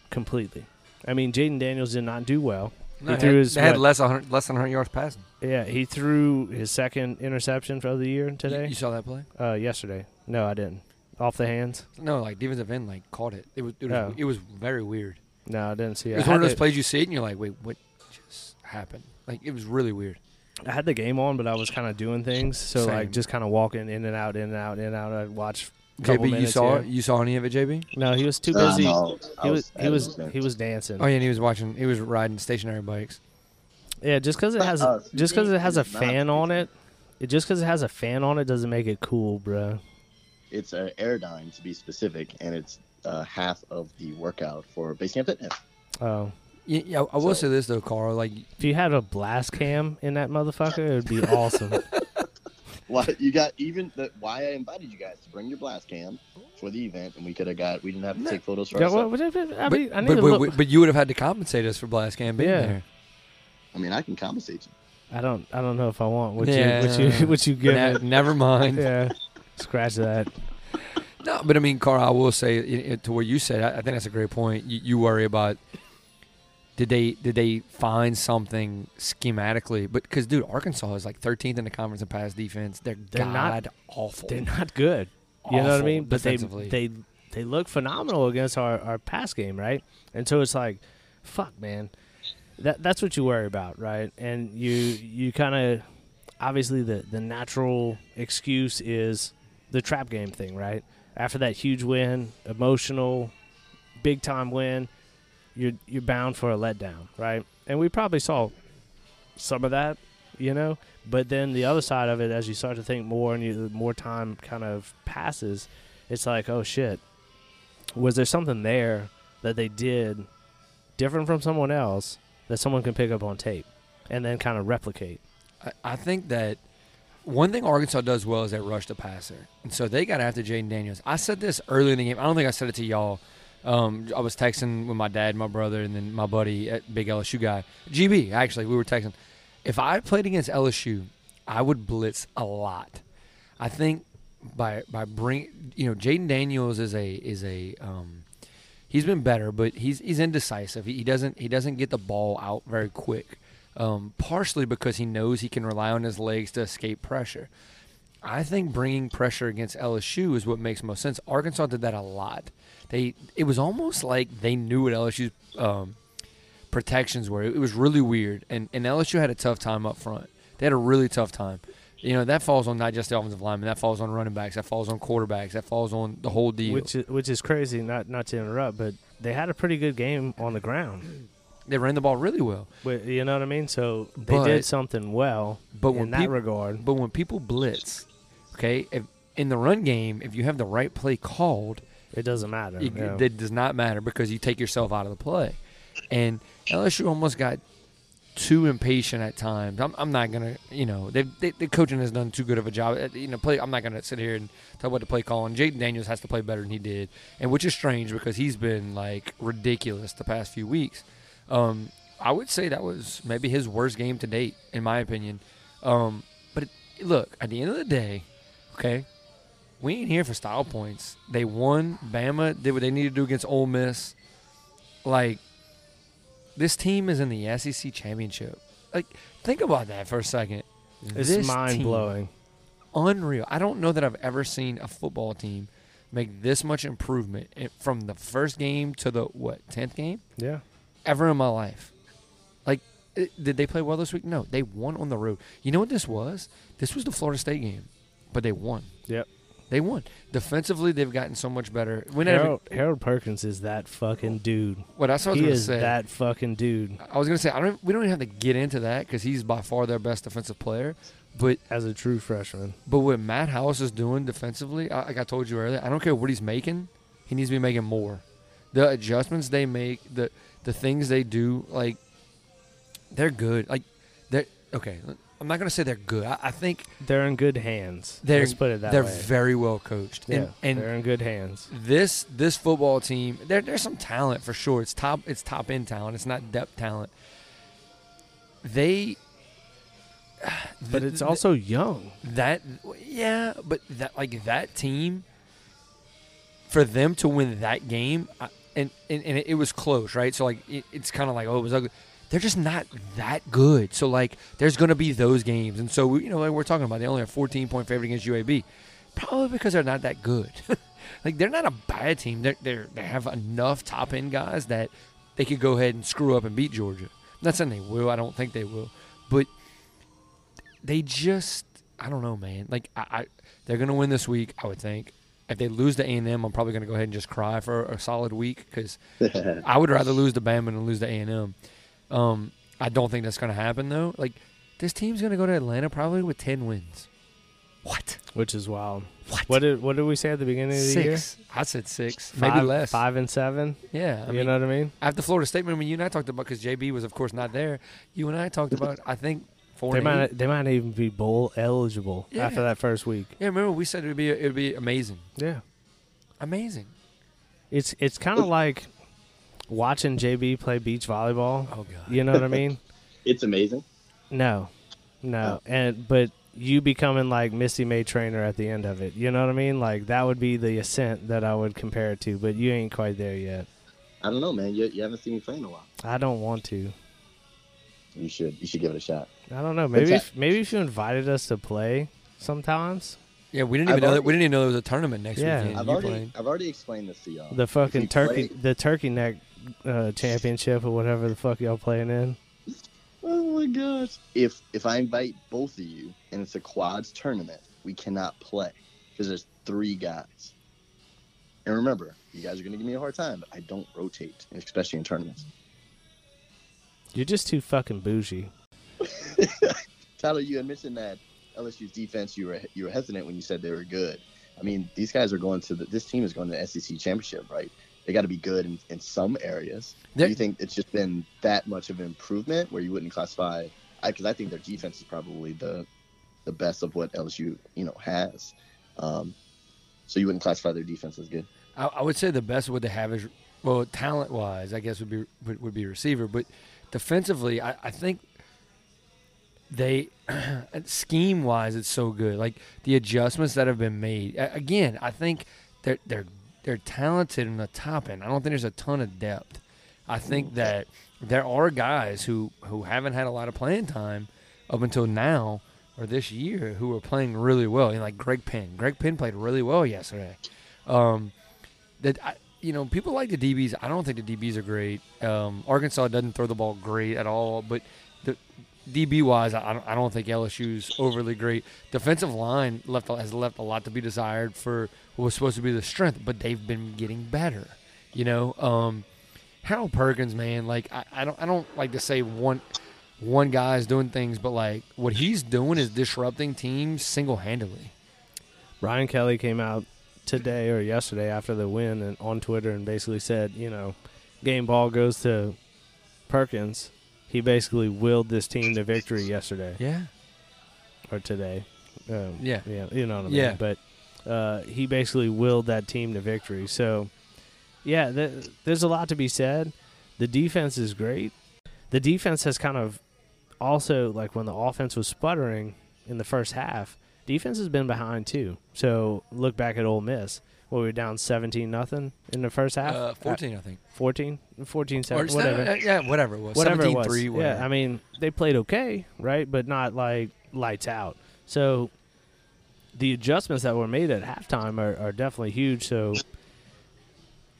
S1: completely. I mean, Jaden Daniels did not do well. he
S3: No, they had,
S1: threw his
S3: they had
S1: what-
S3: less than 100, less than 100 yards passing.
S1: yeah, he threw his second interception of the year
S3: You,
S1: today.
S3: you saw that play?
S1: Uh, yesterday. No, I didn't. Off the hands?
S3: No, like defensive end like caught it. It was it was,
S1: Oh.
S3: it was very weird.
S1: No, I didn't see it.
S3: it was
S1: I
S3: one of
S1: had
S3: those
S1: it-
S3: plays you see it and you're like, wait, what just happened? Like it was really weird.
S1: I had the game on, but I was kind of doing things. So
S3: Same.
S1: like just kind of walking in and out, in and out, in and out. I'd watch couple
S3: JB, you
S1: minutes
S3: saw
S1: here.
S3: you saw any of it, JB?
S1: No, he was too
S2: Uh,
S1: busy.
S2: no, I
S1: He was he
S2: I
S1: was
S2: dancing.
S1: he was dancing.
S3: Oh yeah, and he was watching. He was riding stationary bikes.
S1: Yeah, just because it has a,
S2: Uh,
S1: just because it has a
S2: it's not-
S1: fan on it, it just because it has a fan on it doesn't make it cool, bro.
S2: It's an Aerodyne to be specific, and it's uh, half of the workout for Basecamp Fitness.
S1: Oh,
S3: Yeah, yeah I will
S2: So-
S3: say this though, Carl. Like,
S1: if you had a blast cam in that motherfucker, it would be awesome.
S2: Why you got even the why I invited you guys to bring your blast cam for the event, and we could have got we didn't have to take photos for
S1: Yeah, well,
S2: ourselves.
S1: what if it- I
S3: but,
S1: mean, I need
S3: but,
S1: to
S3: but,
S1: look.
S3: but you would have had to compensate us for Blast Cam being
S1: Yeah.
S3: there.
S2: I mean, I can compensate you.
S1: I don't I don't know if I want what
S3: Yeah.
S1: you what you what you give
S3: Ne-
S1: it.
S3: never mind.
S1: Yeah, scratch that.
S3: No, but I mean, Carl, I will say i- i- to what you said. I, I think that's a great point. You, you worry about did they did they find something schematically? But because dude, Arkansas is like 13th in the conference in pass defense. They're,
S1: They're not-
S3: god awful.
S1: They're not good. You know what I
S3: Awful
S1: mean? But they
S3: defensively.
S1: they they look phenomenal against our our pass game, right? And so it's like, fuck, man, that that's what you worry about, right? And you you kind of obviously the the natural excuse is the trap game thing, right? After that huge win, emotional, big time win, you're you're bound for a letdown, right? And we probably saw some of that, you know. But then the other side of it, as you start to think more and you, more time kind of passes, it's like, oh shit, was there something there that they did different from someone else that someone can pick up on tape and then kind of replicate?
S3: I, I think that one thing Arkansas does well is they rush the passer, and so they got after Jaden Daniels. I said this early in the game. I don't think I said it to y'all. Um, I was texting with my dad, my brother, and then my buddy, at big LSU guy, GB. Actually, we were texting. If I played against LSU, I would blitz a lot. I think by by bring you know Jaden Daniels is a is a um, he's been better, but he's he's indecisive. He, he doesn't he doesn't get the ball out very quick, um, partially because he knows he can rely on his legs to escape pressure. I think bringing pressure against LSU is what makes most sense. Arkansas did that a lot. They it was almost like they knew what LSU's um, protections were. It was really weird, and and LSU had a tough time up front. They had a really tough time. You know that falls on not just the offensive lineman. That falls on running backs. That falls on quarterbacks. That falls on the whole deal.
S1: Which is, which is crazy. Not not to interrupt, but they had a pretty good game on the ground.
S3: they ran the ball really well.
S1: But, you know what I mean? So they
S3: But-
S1: did something well
S3: but
S1: in
S3: when
S1: that
S3: peop-
S1: regard.
S3: But when people blitz, okay, if, in the run game, if you have the right play called,
S1: It doesn't matter.
S3: it,
S1: yeah.
S3: it does not matter because you take yourself out of the play. And LSU almost got too impatient at times. I'm, I'm not gonna, you know, they, they, the coaching has done too good of a job. Uh, You know, play. I'm not gonna sit here and talk about the play calling. Jaden Daniels has to play better than he did, and which is strange because he's been like ridiculous the past few weeks. Um, I would say that was maybe his worst game to date, in my opinion. Um, but it, look, at the end of the day, okay, we ain't here for style points. They won. Bama did what they needed to do against Ole Miss. Like, this team is in the SEC championship. Like, think about that for a second.
S1: it's
S3: This
S1: mind
S3: team-
S1: blowing.
S3: unreal. I don't know that I've ever seen a football team make this much improvement in- from the first game to the what tenth game
S1: Yeah.
S3: ever in my life. Like, it, did they play well this week? No, they won on the road. You know what this was? This was the Florida State game, but they won.
S1: Yep.
S3: They won. Defensively, they've gotten so much better. We never-
S1: Harold, Harold Perkins is that fucking dude.
S3: well, that's what I was
S1: He
S3: gonna
S1: is
S3: say.
S1: that fucking dude
S3: I was gonna say I don't. We don't even have to get into that because he's by far their best defensive player. But
S1: as a true freshman.
S3: but what Matt House is doing defensively, I, like I told you earlier, I don't care what he's making. He needs to be making more. The adjustments they make, the the things they do, like they're good. Like they're okay. I'm not gonna say they're good. I, I think
S1: They're in good hands.
S3: they're
S1: Let's put it that
S3: they're
S1: way.
S3: very well coached.
S1: yeah,
S3: And, and
S1: they're in good hands.
S3: this this football team there there's some talent for sure it's top it's top end talent it's not depth talent they
S1: But it's also young.
S3: that yeah but that like that team for them to win that game I, and, and and it was close right so like it, it's kind of like oh it was ugly they're just not that good so like there's gonna be those games and so you know like we're talking about they only are 14 point favorite against UAB probably because they're not that good like they're not a bad team they're, they're they have enough top end guys that they could go ahead and screw up and beat Georgia I'm not saying they will I don't think they will but they just I don't know, man. Like I, I they're gonna win this week, I would think. If they lose to A and M, I'm probably going to go ahead and just cry for a solid week because I would rather lose to Bama than lose to A and M. Um, I don't think that's going to happen though. Like this team's going to go to Atlanta probably with ten wins. What?
S1: which is wild.
S3: What?
S1: What did what did we say at the beginning of the year?
S3: Six. I said six,
S1: Five,
S3: maybe less.
S1: Five and seven.
S3: Yeah, I
S1: you
S3: mean,
S1: know what I mean?
S3: after Florida State, when you and I talked about because JB was of course not there. You and I talked about I think four.
S1: They
S3: and eight.
S1: might they might even be bowl eligible
S3: Yeah.
S1: after that first week.
S3: Yeah, remember we said it would be it would be amazing,
S1: Yeah.
S3: amazing.
S1: It's it's kind of like watching JB play beach volleyball.
S3: Oh, God.
S1: You know what I mean?
S2: It's amazing.
S1: No, no,
S2: Oh.
S1: and but you becoming like Missy May Trainer at the end of it. You know what I mean? Like that would be the ascent that I would compare it to, but you ain't quite there yet.
S2: I don't know, man. You, you haven't seen me play in a while.
S1: I don't want to.
S2: You should. You should give it a shot.
S1: I don't know. Maybe
S2: It's
S1: if, maybe if you invited us to play sometimes,
S3: Yeah, we didn't
S2: I've
S3: even know that,
S2: already-
S3: we didn't even know there was a tournament next
S1: Yeah.
S3: weekend.
S2: I've
S3: you
S2: already.
S3: played.
S2: I've already explained this to y'all.
S1: the
S2: If
S1: fucking
S2: you
S1: turkey,
S2: play-
S1: the turkey neck uh, championship or whatever the fuck y'all playing in.
S2: oh my gosh. If if I invite both of you and it's a quads tournament, we cannot play because there's three guys. And remember, you guys are gonna give me a hard time, but I don't rotate, especially in tournaments.
S1: You're just too fucking bougie.
S2: Tyler, you had mentioned that LSU's defense. You were you were hesitant when you said they were good. I mean, these guys are going to the, this team is going to the SEC championship, right? They got to be good in, in some areas.
S3: They're-
S2: Do you think it's just been that much of an improvement where you wouldn't classify? Because I, think their defense is probably the the best of what LSU you know has. Um, so you wouldn't classify their defense as good.
S3: I, I would say the best what they have is well, talent wise, I guess would be would, would be receiver, but defensively, I, I think they scheme wise it's so good. Like the adjustments that have been made. A- Again, I think they're they're they're talented in the top end. I don't think there's a ton of depth. I think that there are guys who who haven't had a lot of playing time up until now or this year who are playing really well. You know, like Greg Penn. Greg Penn played really well yesterday. Um, that I, you know, people like the DBs. I don't think the DBs are great. Um, Arkansas doesn't throw the ball great at all, but the DB wise, I, I don't- I don't think LSU's overly great. Defensive line left has left a lot to be desired for what was supposed to be the strength, but they've been getting better. You know, um, Harold Perkins, man, like I, I don't I don't like to say one one guy is doing things, but like what he's doing is disrupting teams single handedly.
S1: Ryan Kelly came out today or yesterday after the win and on Twitter and basically said, you know, game ball goes to Perkins. He basically willed this team to victory yesterday
S3: Yeah,
S1: or today. Um,
S3: Yeah.
S1: yeah, you know what I mean.
S3: Yeah.
S1: But uh, he basically willed that team to victory. So, yeah, th- there's a lot to be said. The defense is great. The defense has kind of also like when the offense was sputtering in the first half, defense has been behind too. So look back at Ole Miss. Well, we were down 17 nothing in the first half.
S3: uh, fourteen, I think.
S1: 14, 14
S3: Or
S1: 7,
S3: is that-
S1: whatever
S3: uh, yeah, whatever it was.
S1: whatever it was.
S3: 17-3, whatever.
S1: Yeah, I mean they played okay, right? But not like lights out. So the adjustments that were made at halftime are, are definitely huge. So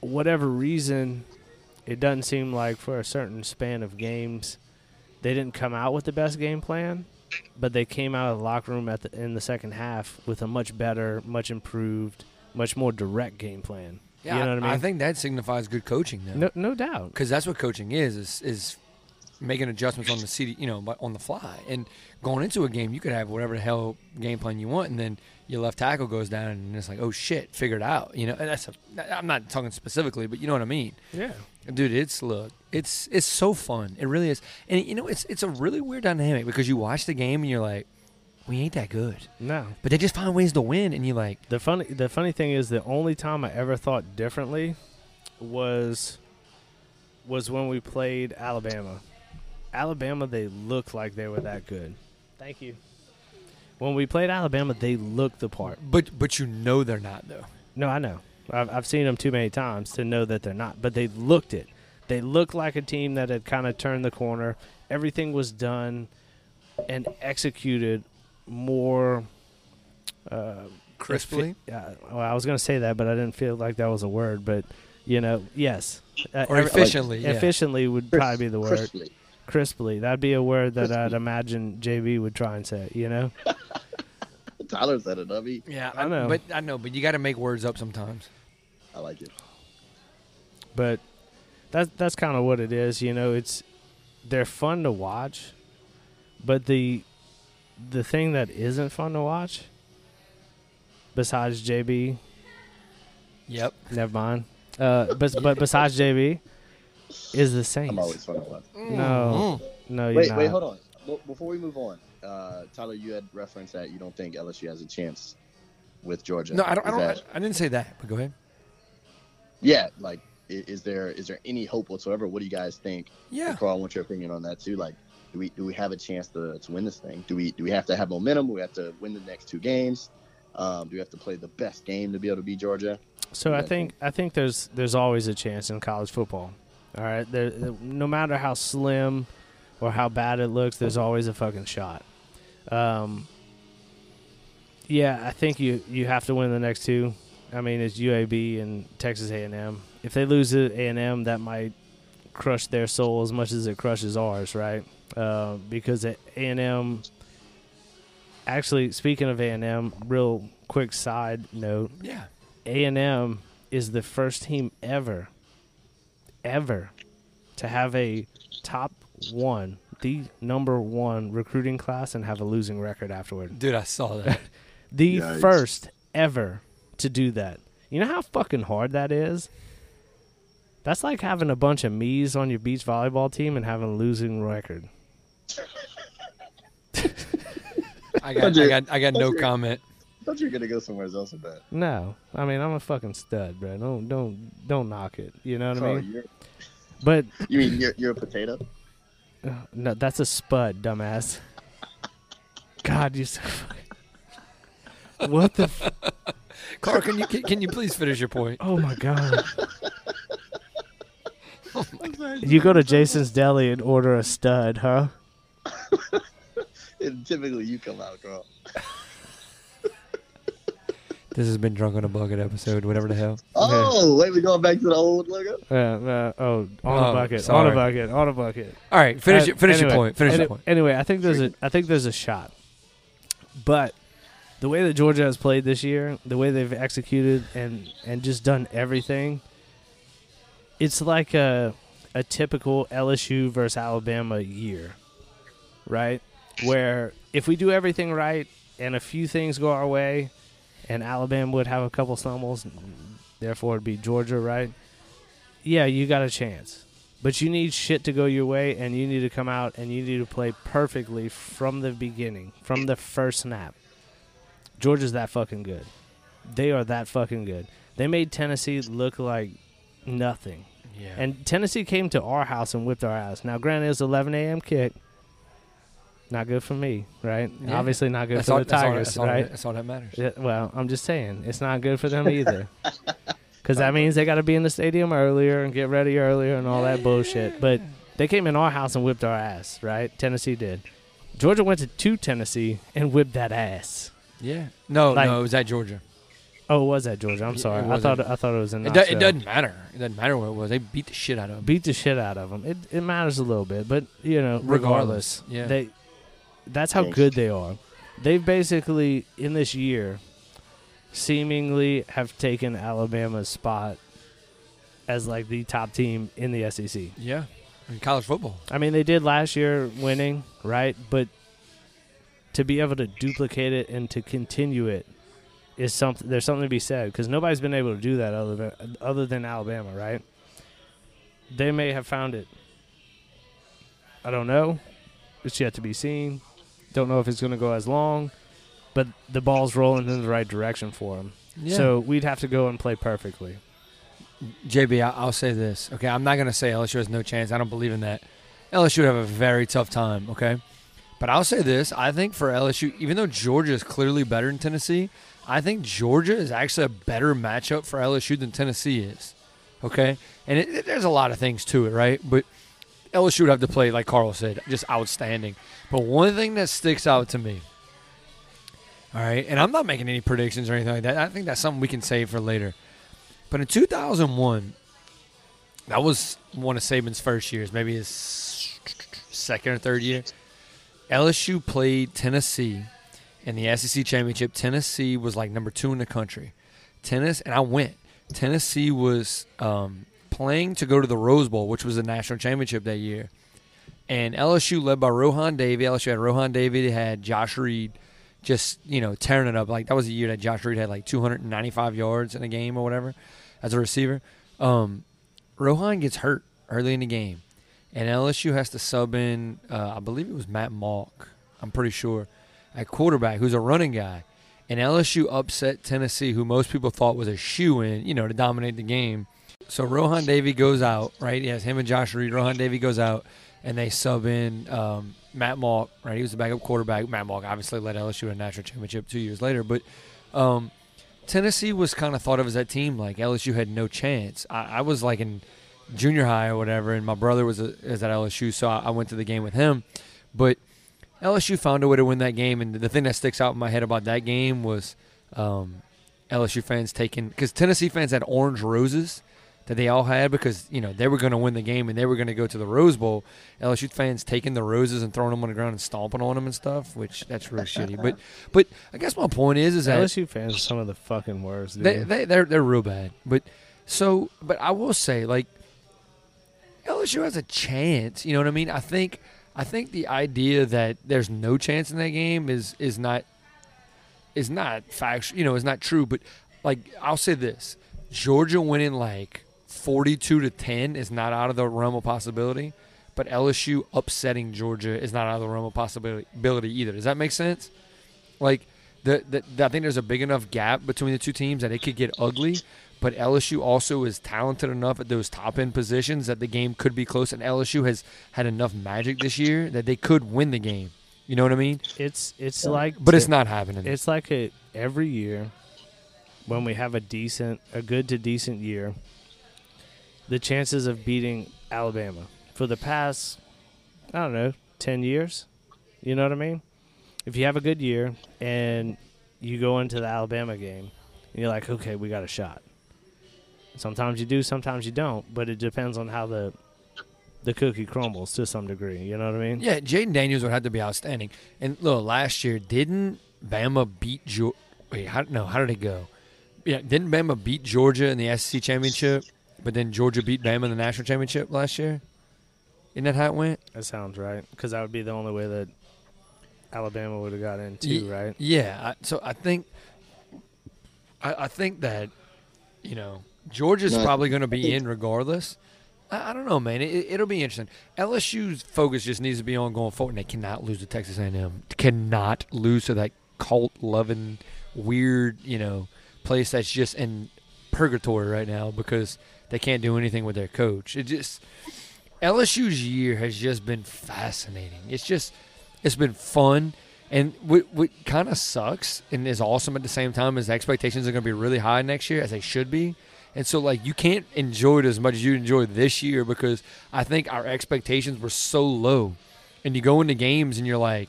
S1: whatever reason, it doesn't seem like for a certain span of games, they didn't come out with the best game plan, but they came out of the locker room at the in the second half with a much better, much improved, much more direct game plan.
S3: yeah,
S1: you know what I mean?
S3: think that signifies good coaching, though,
S1: no, no doubt.
S3: because that's what coaching is is is making adjustments on the CD, you know, but on the fly. And going into a game, you could have whatever the hell game plan you want, and then your left tackle goes down, and it's like, oh shit, figure it out. You know, and that's a, I'm not talking specifically, but you know what I mean.
S1: Yeah.
S3: Dude, it's look, it's it's so fun. It really is, and you know, it's it's a really weird dynamic because you watch the game and you're like, we ain't that good,
S1: No.
S3: but they just find ways to win, and you're like,
S1: The funny the funny thing is the only time I ever thought differently was was when we played Alabama. Alabama they looked like they were that good. Thank you. When we played Alabama they looked the part.
S3: but but you know they're not though.
S1: No, I know. I've, I've seen them too many times to know that they're not, but they looked it. They looked like a team that had kind of turned the corner. Everything was done and executed more uh,
S3: Crisply?
S1: effi- uh, well, I was going to say that, but I didn't feel like that was a word. But you know, yes, uh,
S3: Or
S1: every-
S3: efficiently, yeah.
S1: Efficiently would probably be the word.
S2: Crisply.
S1: Crisply, that'd be a word that I'd
S2: Crisply.
S1: imagine JB would try and say. You know,
S2: Tyler said it, Nubby.
S3: Yeah,
S1: I know.
S3: But I know, but you got to make words up sometimes.
S2: I like it.
S1: but that's that's kind of what it is. You know, it's they're fun to watch, but the the thing that isn't fun to watch, besides JB,
S3: Yep.
S1: never mind. Uh, but but besides JB, is the Saints.
S2: I'm always fun to watch.
S1: no, no, you're
S2: Wait,
S1: not.
S2: wait, hold on. Well, before we move on, uh, Tyler, you had referenced that you don't think LSU has a chance with Georgia.
S3: No, I don't. I
S2: Is
S3: don't. I,
S2: that-
S3: I didn't say that. But go ahead.
S2: yeah, like, i- is there is there any hope whatsoever? What do you guys think?
S3: Yeah.
S2: And Carl, I want your opinion on that too. Like, do we do we have a chance to, to win this thing? Do we do we have to have momentum? Do we have to win the next two games. Um, do we have to play the best game to be able to beat Georgia?
S1: So I
S2: Yeah.
S1: think I think there's there's always a chance in college football. All right, there, no matter how slim or how bad it looks, there's always a fucking shot. Um, yeah, I think you you have to win the next two. I mean, it's UAB and Texas A&M. If they lose to A&M, that might crush their soul as much as it crushes ours, right? Uh, because A&M. Actually, speaking of A&M, real quick side note.
S3: Yeah.
S1: A&M is the first team ever ever to have a top 1 the number 1 recruiting class and have a losing record afterward.
S3: Dude, I saw that.
S1: The
S2: Yikes.
S1: first ever to do that. You know how fucking hard that is? That's like having a bunch of me's on your beach volleyball team and having a losing record.
S3: I got. I got. I got no
S2: Roger.
S3: comment.
S2: I thought you were gonna go somewhere else with that.
S1: No, I mean I'm a fucking stud, bro. Don't don't don't knock it. You know what I
S2: Carl,
S1: mean?
S2: you're,
S1: But
S2: you mean you're, you're a potato?
S1: No, that's a spud, dumbass. God, you so fucking- What the? F-
S3: Carl, can you can, can you please finish your point?
S1: oh my god! Oh You go to Jason's Deli and order a stud, huh?
S2: And typically, you come out, Carl.
S3: This has been drunk on a bucket episode. Whatever the hell.
S2: Oh, wait, we going back to the old logo?
S1: Uh, uh, oh, on a
S3: Oh,
S1: bucket, on
S3: sorry.
S1: a bucket, on a bucket.
S3: All right. Finish.
S1: Uh,
S3: your finish
S1: anyway,
S3: your point. Finish
S1: any-
S3: your point.
S1: Anyway, I think there's a I think there's a shot, but the way that Georgia has played this year, the way they've executed and and just done everything, it's like a a typical LSU versus Alabama year, right? Where if we do everything right and a few things go our way, and Alabama would have a couple stumbles, therefore it'd be Georgia, right? Yeah, you got a chance. But you need shit to go your way, and you need to come out and you need to play perfectly from the beginning, from the first snap. Georgia's that fucking good. They are that fucking good. They made Tennessee look like nothing.
S3: Yeah.
S1: And Tennessee came to our house and whipped our ass. Now, granted, it was 11 a.m. kick. Not good for me, right?
S3: Yeah.
S1: Obviously, not good for the Tigers,
S3: that's all,
S1: right?
S3: That's all that matters.
S1: Yeah, well, I'm just saying it's not good for them either, because that means they got to be in the stadium earlier and get ready earlier and all that bullshit. But they came in our house and whipped our ass, right? Tennessee did. Georgia went to two Tennessee and whipped that ass.
S3: Yeah. No,
S1: Like-
S3: no, it was at Georgia.
S1: Oh, it was that Georgia? I'm
S3: Yeah,
S1: sorry.
S3: it
S1: I
S3: was
S1: thought
S3: at-
S1: I thought it was in.
S3: It, do, it
S1: Knoxville.
S3: doesn't matter. It doesn't matter what it was. They beat the shit out of them.
S1: beat the shit out of them. It it matters a little bit, but you know, regardless,
S3: Regardless, yeah.
S1: they that's how
S2: Thanks.
S1: good they are. They've basically in this year seemingly have taken Alabama's spot as like the top team in the E SEC.
S3: Yeah. In college football.
S1: I mean, they did last year winning, right? But to be able to duplicate it and to continue it is something. There's something to be said because nobody's been able to do that other than other than Alabama, right? They may have found it. I don't know. It's yet to be seen. Don't know if it's going to go as long, but the ball's rolling in the right direction for them.
S3: Yeah.
S1: So we'd have to go and play perfectly.
S3: JB, I- I'll say this. Okay, I'm not gonna say LSU has no chance. I don't believe in that. LSU would have a very tough time. Okay, but I'll say this. I think for LSU, even though Georgia is clearly better than Tennessee, I think Georgia is actually a better matchup for LSU than Tennessee is. Okay, and it, it- there's a lot of things to it, right? But LSU would have to play, like Carl said, just outstanding. But one thing that sticks out to me. All right, and I'm not making any predictions or anything like that. I think that's something we can save for later. But in 2001, that was one of Saban's first years, maybe his second or third year. LSU played Tennessee, in the SEC championship. Tennessee was like number two in the country. Tennis, and I went. Tennessee was um, playing to go to the Rose Bowl, which was the national championship that year. And LSU, led by Rohan Davey, LSU had Rohan Davey, they had Josh Reed, just you know tearing it up. Like that was the year that Josh Reed had like 295 yards in a game or whatever as a receiver. Um, Rohan gets hurt early in the game, and LSU has to sub in. Uh, I believe it was Matt Malk. I'm pretty sure at quarterback, who's a running guy, and LSU upset Tennessee, who most people thought was a shoe in, you know, to dominate the game. So Rohan Davey goes out, right? Yes, him and Josh Reed. Rohan Davey goes out, and they sub in um, Matt Malk, right? He was the backup quarterback. Matt Malk obviously led LSU to a national championship two years later, but um, Tennessee was kind of thought of as that team. Like LSU had no chance. I, I was like in junior high or whatever, and my brother was, a, is at LSU, so I, I went to the game with him. But LSU found a way to win that game, and the thing that sticks out in my head about that game was um, LSU fans taking because Tennessee fans had orange roses that they all had because you know they were going to win the game and they were going to go to the Rose Bowl. LSU fans taking the roses and throwing them on the ground and stomping on them and stuff, which that's really shitty. But but I guess my point is is that
S1: LSU fans are some of the fucking worst. Dude.
S3: they, they they're they're real bad. But so but I will say like LSU has a chance. You know what I mean? I think I think the idea that there's no chance in that game is is not is not factual. You know, is not true. But like I'll say this: Georgia winning like 42 to 10 is not out of the realm of possibility. But LSU upsetting Georgia is not out of the realm of possibility either. Does that make sense? Like, the, the, the- I think there's a big enough gap between the two teams that it could get ugly. But LSU also is talented enough at those top end positions that the game could be close. And LSU has had enough magic this year that they could win the game. You know what I mean?
S1: it's it's like
S3: But it's not happening.
S1: It's like it every year when we have a decent, a good to decent year. The chances of beating Alabama for the past, I don't know, ten years. You know what I mean? If you have a good year and you go into the Alabama game, and you're like, okay, we got a shot. Sometimes you do, sometimes you don't, but it depends on how the the cookie crumbles to some degree. You know what I mean?
S3: Yeah, Jaden Daniels would have to be outstanding. And look, last year didn't Bama beat Georgia? Wait, how, no, how did it go? Yeah, didn't Bama beat Georgia in the SEC championship? But then Georgia beat Bama in the national championship last year. Isn't that how it went?
S1: That sounds right. Because that would be the only way that Alabama would have got in too,
S3: Ye-
S1: right?
S3: Yeah. I, so I think, I, I think that, you know, Georgia's
S2: No, I-
S3: probably going to be in regardless. I, I don't know, man. It, it'll be interesting. LSU's focus just needs to be on going forward, and they cannot lose to Texas A&M. Cannot lose to that cult-loving, weird, you know, place that's just in purgatory right now because they can't do anything with their coach. It just LSU's year has just been fascinating. It's just it's been fun. And what, what kind of sucks and is awesome at the same time is the expectations are going to be really high next year, as they should be. And so, like, you can't enjoy it as much as you enjoyed this year because I think our expectations were so low. And you go into games and you're like,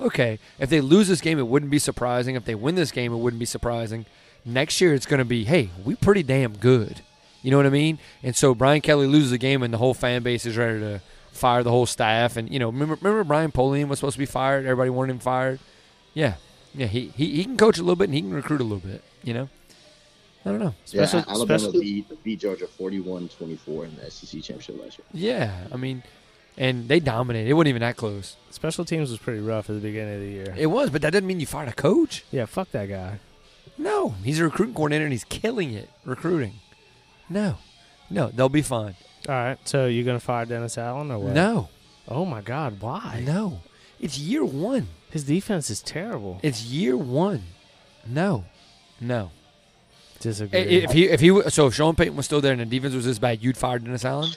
S3: okay, if they lose this game, it wouldn't be surprising. If they win this game, it wouldn't be surprising. Next year, it's going to be, hey, we pretty damn good. You know what I mean? And so Brian Kelly loses the game, and the whole fan base is ready to fire the whole staff. And you know, remember, remember Brian Polian was supposed to be fired. Everybody wanted him fired. Yeah, yeah. He, he he can coach a little bit, and he can recruit a little bit. You know, I don't know.
S2: Yeah,
S1: Special-
S2: Alabama
S1: special-
S2: beat beat Georgia 41-24 in the SEC championship last year.
S3: Yeah, I mean, and they dominated. It wasn't even that close.
S1: Special teams was pretty rough at the beginning of the year.
S3: It was, but that doesn't mean you fired a coach.
S1: yeah, fuck that guy.
S3: No, he's a recruiting coordinator, and he's killing it recruiting. No, no, they'll be fine.
S1: All right, so you gonna fire Dennis Allen or what?
S3: No,
S1: Oh my God, why?
S3: no, it's year one.
S1: His defense is terrible.
S3: It's year one. No, no.
S1: Disagree.
S3: I- If he, if he, w- so if Sean Payton was still there and the defense was this bad, you'd fire Dennis Allen.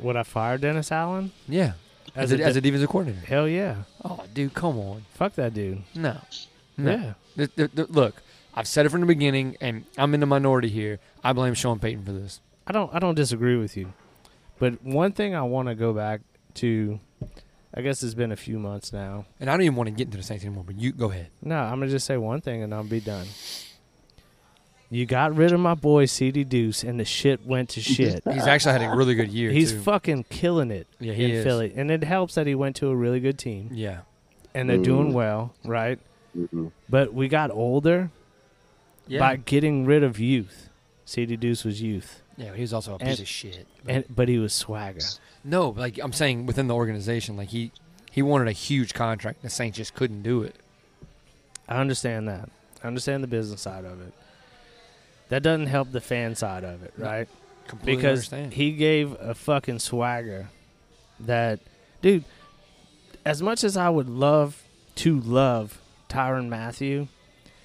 S1: Would I fire Dennis Allen?
S3: Yeah, as,
S1: As
S3: a,
S1: a
S3: as a defensive coordinator.
S1: Hell yeah.
S3: Oh, dude, come on.
S1: Fuck that dude.
S3: No, no.
S1: Yeah.
S3: The- the- the- look, I've said it from the beginning, and I'm in the minority here. I blame Sean Payton for this.
S1: I don't I don't disagree with you. But one thing I want to go back to, I guess it's been a few months now.
S3: And I don't even want to get into the Saints anymore. But you go ahead.
S1: No, I'm gonna just say one thing and I'll be done. You got rid of my boy CD Deuce and the shit went to shit.
S3: He's actually had a really good year.
S1: He's
S3: too.
S1: fucking killing it
S3: Yeah, he
S1: in
S3: is.
S1: Philly. And it helps that he went to a really good team
S3: Yeah, Mm-hmm.
S1: and they're doing well, right?
S2: Mhm.
S1: But we got older
S3: Yeah,
S1: by getting rid of youth. CD Deuce was youth,
S3: yeah, but he was also a
S1: And-
S3: piece of shit. But-
S1: and but he was swagger.
S3: no, but, like I'm saying, within the organization, like he he wanted a huge contract. The Saints just couldn't do it.
S1: I understand that. I understand the business side of it. That doesn't help the fan side of it,
S3: No,
S1: right?
S3: Completely
S1: Because
S3: understand.
S1: he gave a fucking swagger that, dude, as much as I would love to love Tyron Matthew,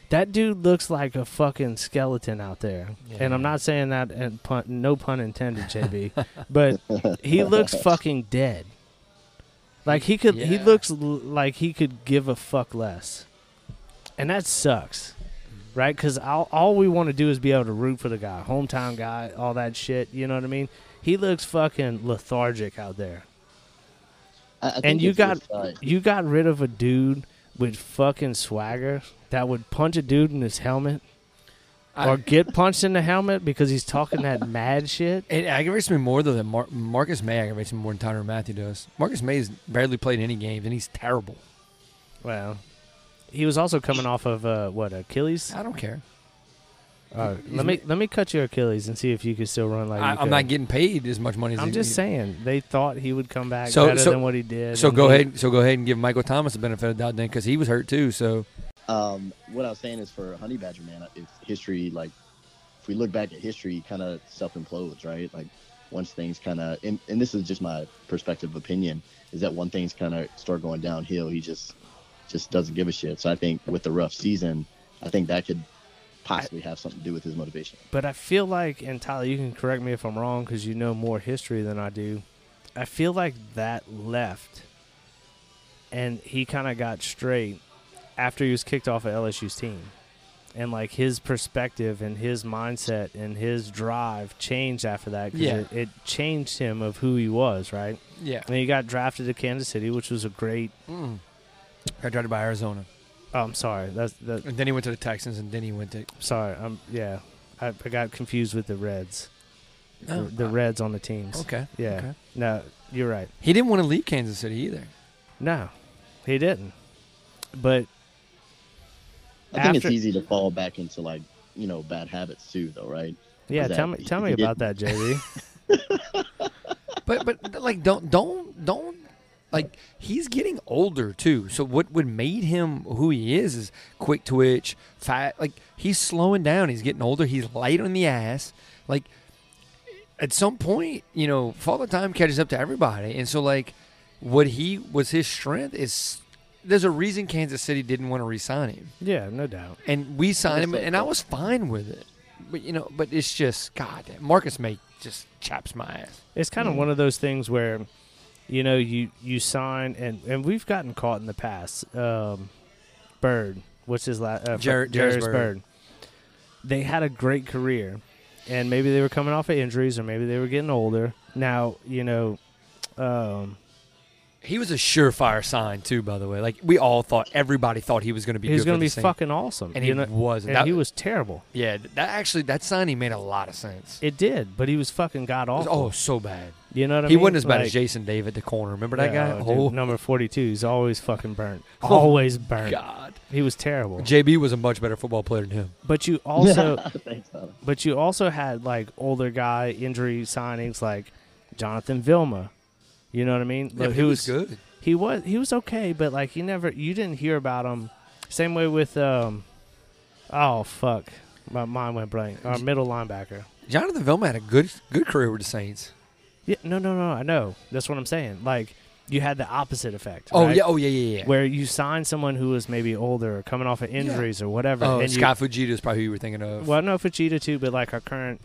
S1: that dude looks like a fucking skeleton out there. And I'm
S3: Yeah.
S1: not saying that, and pun, no pun intended, JB, but he looks fucking dead. Like he could, he
S3: Yeah.
S1: looks l- like he could give a fuck less, and that sucks, right? Because all all we want to do is be able to root for the guy, hometown guy, all that shit. You know what I mean? He looks fucking lethargic out there,
S2: I, I think
S1: and you
S2: it's
S1: got
S2: just, like,
S1: you got rid of a dude with fucking swagger that would punch a dude in his helmet
S3: I-
S1: or get punched in the helmet because he's talking that mad shit.
S3: It aggravates me more though than Mar- Marcus May aggravates me more than Tyron Matthew does. Marcus May's barely played any games and he's terrible.
S1: Well, he was also coming off of uh, what Achilles.
S3: I don't care.
S1: Uh, let me let me cut your Achilles and see if you can still run like.
S3: I,
S1: you
S3: I'm
S1: could.
S3: not getting paid as much money. as
S1: I'm
S3: he-
S1: just saying they thought he would come back
S3: So-
S1: better
S3: so-
S1: than what he did.
S3: So
S1: and
S3: go
S1: he-
S3: ahead. So go ahead and give Michael Thomas the benefit of the doubt then, because he was hurt too. So
S2: um, what I was saying is for Honey Badger Man, if history like if we look back at history, kind of self implodes, right? Like once things kind of and, and this is just my perspective opinion is that one things kind of start going downhill, he just just doesn't give a shit. So I think with the rough season, I think that could possibly have something to do with his motivation.
S1: But I feel like, and Tyler, you can correct me if I'm wrong because you know more history than I do. I feel like that left, and he kind of got straight after he was kicked off of LSU's team, and like his perspective and his mindset and his drive changed after that. 'cause
S3: Yeah.
S1: it, it changed him of who he was, right?
S3: yeah,
S1: And he got drafted to Kansas City, which was a great.
S3: mm. I tried to buy Arizona,
S1: Oh, I'm sorry, that's that.
S3: and then he went to the Texans, and then he went to
S1: Sorry, I'm yeah. I, I got confused with the Reds. The-
S3: Oh,
S1: the
S3: I-
S1: Reds on the teams.
S3: okay.
S1: Yeah.
S3: okay.
S1: No, you're right.
S3: He didn't want to leave Kansas City either.
S1: No, he didn't. But
S2: I think
S1: After-
S2: it's easy to fall back into like you know bad habits too, though, right?
S1: yeah,
S2: That-
S1: tell me tell me
S2: you
S1: about that, JV.
S3: But but like don't don't don't like he's getting older too. So what what made him who he is is quick twitch, fat. Like he's slowing down. He's getting older. He's light on the ass. Like at some point, you know, father time catches up to everybody. And so like what he was his strength is. There's a reason Kansas City didn't want to re-sign him,
S1: yeah, no doubt.
S3: and we signed him,
S2: Understood.
S3: and I was fine with it. But you know, but it's just God, damn, Marcus May just chaps my ass.
S1: It's kind
S3: Mm.
S1: of one of those things where, you know, you you sign and and we've gotten caught in the past. Um, Bird, what's his last? Uh,
S3: Jar-
S1: Jairus
S3: Jairus Bird.
S1: They had a great career, and maybe they were coming off of injuries, or maybe they were getting older. Now, you know, um,
S3: He was a surefire sign too, by the way. Like we all thought, everybody thought he was going to be.
S1: he's
S3: good
S1: going to
S3: for the
S1: be
S3: Saints.
S1: fucking awesome,
S3: and
S1: you
S3: he
S1: know?
S3: was.
S1: And
S3: that,
S1: he was terrible.
S3: Yeah, that actually that signing made a lot of sense.
S1: It did, but he was fucking god
S3: It was-
S1: awful.
S3: oh, so bad.
S1: You know what I
S3: he
S1: mean?
S3: wasn't as bad as
S1: Like-
S3: Jason David, the corner. Remember that
S1: Yeah,
S3: guy?
S1: dude,
S3: Oh
S1: number forty-two. He's always fucking burnt.
S3: Oh,
S1: Always burnt.
S3: God.
S1: He was terrible.
S3: JB was a much better football player than him.
S1: But you also,
S2: Thanks, Tyler.
S1: but you also had like older guy injury signings like Jonathan Vilma. You know what I mean? Like,
S3: but
S1: who's-
S3: good.
S1: He was he was okay, but like you never you didn't hear about him. Same way with um, oh fuck, my mind went blank. Our middle linebacker.
S3: Jonathan Vilma had a good good career with the Saints.
S1: Yeah, no, no, no. I know. That's what I'm saying. Like you had the opposite effect.
S3: Oh
S1: right?
S3: yeah, oh yeah, yeah, yeah.
S1: where you sign someone who is maybe older or coming off of injuries or whatever.
S3: oh,
S1: and you-
S3: Scott Fujita is probably who you were thinking of.
S1: well, I don't know if Fujita too, but like our current,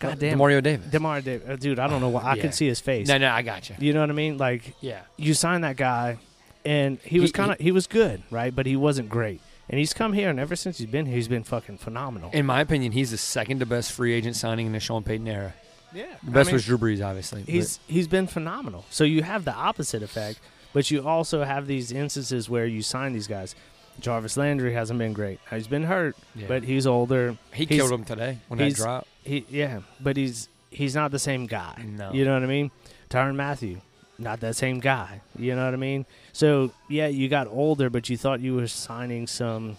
S3: Uh,
S1: goddamn,
S3: Mario Davis.
S1: Demar, Dav- uh, dude, I don't know why I
S3: Yeah.
S1: could see his face.
S3: no, no, I got you.
S1: You know what I mean? Like
S3: Yeah,
S1: you sign that guy, and he was
S3: He-
S1: kind of he, was good, right? But he wasn't great. And he's come here, and ever since he's been here, he's been fucking phenomenal.
S3: in my opinion, he's the second to best free agent signing in the Sean Payton era.
S1: yeah,
S3: The best was Drew Brees, obviously. but-
S1: he's he's been phenomenal. So you have the opposite effect, but you also have these instances where you sign these guys. Jarvis Landry hasn't been great. He's been hurt,
S3: Yeah.
S1: but he's older.
S3: He
S1: He's-
S3: killed him today when that
S1: he's-
S3: dropped.
S1: He yeah, but he's he's not the same guy.
S3: No.
S1: You know what I mean? Tyron Matthew, not that same guy. You know what I mean? So yeah, you got older, but you thought you were signing some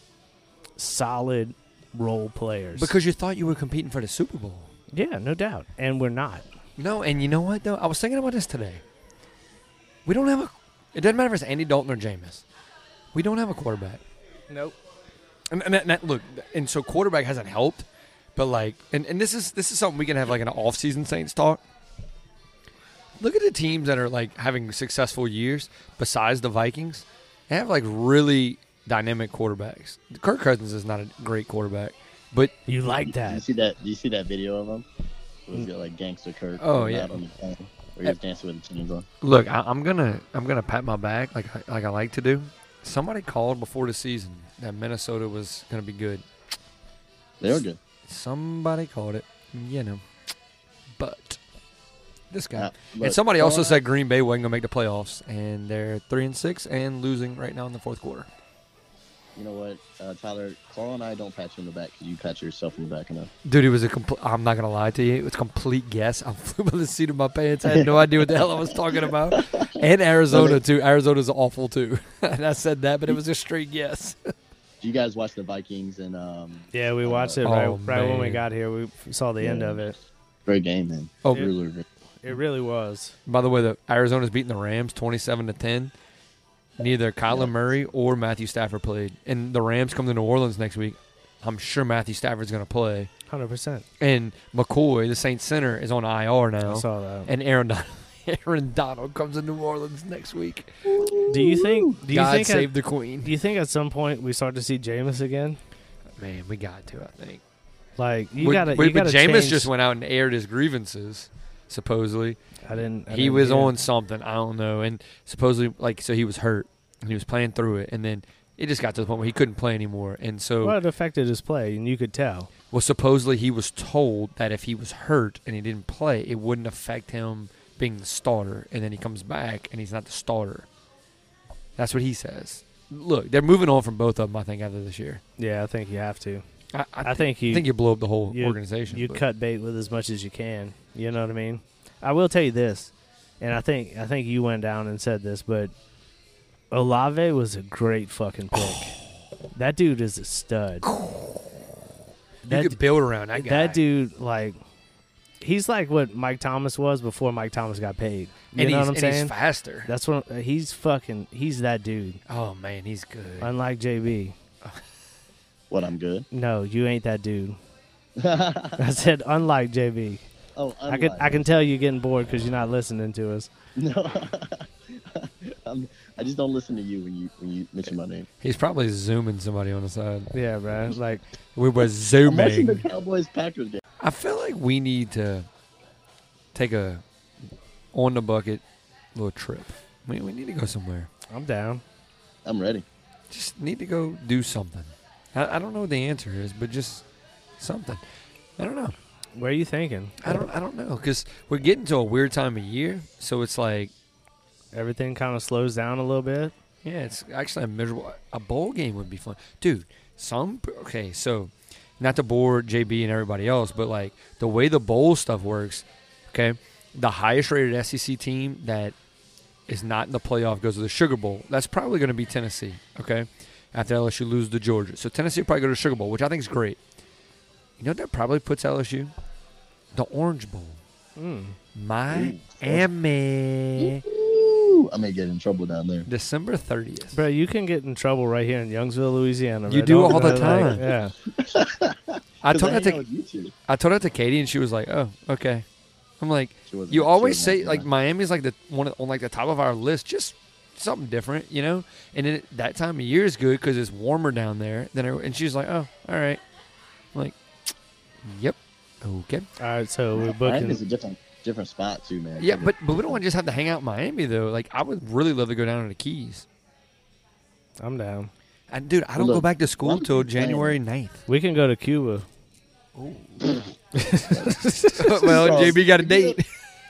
S1: solid role players.
S3: Because you thought you were competing for the Super Bowl.
S1: yeah, no doubt, and we're not.
S3: No, and you know what though? I was thinking about this today. We don't have a. It doesn't matter if it's Andy Dalton or Jameis. We don't have a quarterback.
S1: Nope.
S3: And, and, that- and that, look, and so quarterback hasn't helped, but like, and, and this is this is something we can have like an off-season Saints talk. Look at the teams that are like having successful years besides the Vikings. They have like really dynamic quarterbacks. Kirk Cousins is not a great quarterback, but
S1: You like
S2: You
S1: that?
S2: see that? You see that video of him? It was got like gangster Kirk.
S3: Oh,
S2: out
S3: yeah.
S2: on the plane, where he was dancing with the jeans on.
S3: Look, I, I'm gonna I'm gonna pat my back like I, like I like to do. Somebody called before the season that Minnesota was gonna be good.
S2: They were good.
S3: Somebody called it, you know. But this guy
S2: Yeah,
S3: and
S2: look,
S3: somebody also
S2: uh,
S3: said Green Bay wasn't gonna make the playoffs, and they're three and six and losing right now in the fourth quarter.
S2: You know what, uh, Tyler? Carl and I don't pat you in the back. 'cause You pat yourself in the back enough.
S3: Dude, it was a complete. I'm not gonna lie to you. It was complete guess. I flew by the seat of my pants. I had no idea what the hell I was talking about. And Arizona too. Arizona's awful too. and I said that, but it was a straight guess.
S2: Do you guys watch the Vikings and um?
S1: Yeah, we watched it
S3: Oh,
S1: right, right when we
S3: man.
S1: got here. We f- saw the end
S2: Yeah.
S1: of it.
S2: Great game, man.
S3: Oh,
S2: Really, really great.
S1: It really was.
S3: By the way, the Arizona's beating the Rams twenty-seven to ten. Neither Kyler Murray or Matthew Stafford played, and the Rams come to New Orleans next week. I'm sure Matthew Stafford's going to play,
S1: Hundred percent.
S3: and McCoy, the Saints center, is on IR
S1: I
S3: now,
S1: saw that.
S3: and Aaron Donald, Aaron Donald comes to New Orleans next week.
S1: Do you think? Do you
S3: God
S1: think?
S3: save
S1: At,
S3: the Queen,
S1: do you think at some point we start to see Jameis again?
S3: man. We got to, I think.
S1: Like you
S3: We-
S1: got to.
S3: we-
S1: You got
S3: but
S1: to
S3: Jameis
S1: change.
S3: just went out and aired his grievances, supposedly.
S1: I didn't. I
S3: he
S1: didn't
S3: was
S1: hear.
S3: on something I don't know, and supposedly like so he was hurt and he was playing through it, and then it just got to the point where he couldn't play anymore, and so
S1: Well, it affected his play, and you could tell.
S3: well supposedly he was told that if he was hurt and he didn't play, it wouldn't affect him being the starter, and then he comes back and he's not the starter. That's what he says. Look, they're moving on from both of them. I think after this year,
S1: Yeah, I think you have to.
S3: I, I,
S1: I
S3: think
S1: think you.
S3: I think you blow up the whole
S1: you-
S3: organization.
S1: you
S3: but-
S1: cut bait with as much as you can. You know what I mean? I will tell you this, and I think I think you went down and said this, but Olave was a great fucking pick. that dude is a stud.
S3: you
S1: that-
S3: could build around that guy.
S1: That dude, like, he's like what Mike Thomas was before Mike Thomas got paid. You
S3: and
S1: know
S3: he's,
S1: what I'm
S3: and
S1: saying?
S3: he's faster.
S1: That's what he's fucking. He's that dude.
S3: oh man, he's good.
S1: Unlike JB,
S2: What? I'm good.
S1: no, you ain't that dude. I said, unlike JB.
S2: Oh, I'm
S1: I can
S2: lying.
S1: I can tell you're getting bored because you're not listening to us.
S2: No, I'm, I just don't listen to you when you when you mention my name.
S3: He's probably zooming somebody on the side.
S1: Yeah, bro. Like
S3: We were
S2: I'm watching the
S3: zooming.
S2: Cowboys Packers game.
S3: I feel like we need to take a on the bucket little trip. We, we need to go somewhere.
S1: I'm down.
S2: I'm ready.
S3: Just need to go do something. I, I don't know what the answer is, but just something. I don't know.
S1: Where are you thinking?
S3: I don't. I don't know because we're getting to a weird time of year, so it's like,
S1: Everything kind of slows down a little bit.
S3: yeah, it's actually a miserable. A bowl game would be fun, dude. Some okay, so not to bore JB and everybody else, but like the way the bowl stuff works, okay, the highest rated SEC team that is not in the playoff goes to the Sugar Bowl. That's probably going to be Tennessee, okay, after LSU loses to Georgia. So Tennessee will probably go to the Sugar Bowl, which I think is great. You know what that probably puts LSU? The Orange Bowl. Miami.
S2: Ooh, I may get in trouble down there.
S3: December 30th.
S1: Bro, you can get in trouble right here in Youngsville, Louisiana.
S3: You
S1: bro.
S3: do
S1: Don't-
S3: all the
S1: like,
S3: time.
S1: yeah.
S3: I
S2: 'Cause
S3: told
S2: I hang out
S3: that to
S2: with you two.
S3: I told that to Katie, and she was like, "Oh, okay." I'm like,
S2: She wasn't-
S3: "You
S2: she
S3: always
S2: wasn't
S3: say
S2: happy
S3: like
S2: about it.
S3: Miami's like the one of- on like the top of our list, just something different, you know." And then that time of year is good because it's warmer down there. Then I, and she's like, "Oh, all right." I'm like, "Yep, okay."
S1: All right, so we're
S2: Miami's a
S1: booking.
S2: different different spot too, man.
S3: Yeah, but but we don't want to just have to hang out in Miami though. Like, I would really love to go down to the Keys.
S1: I'm down.
S3: And dude, I don't go
S2: Look,
S3: back to school
S2: one
S3: till
S2: thing-
S3: January 9th.
S1: We can go to Cuba.
S3: well, JB got a date.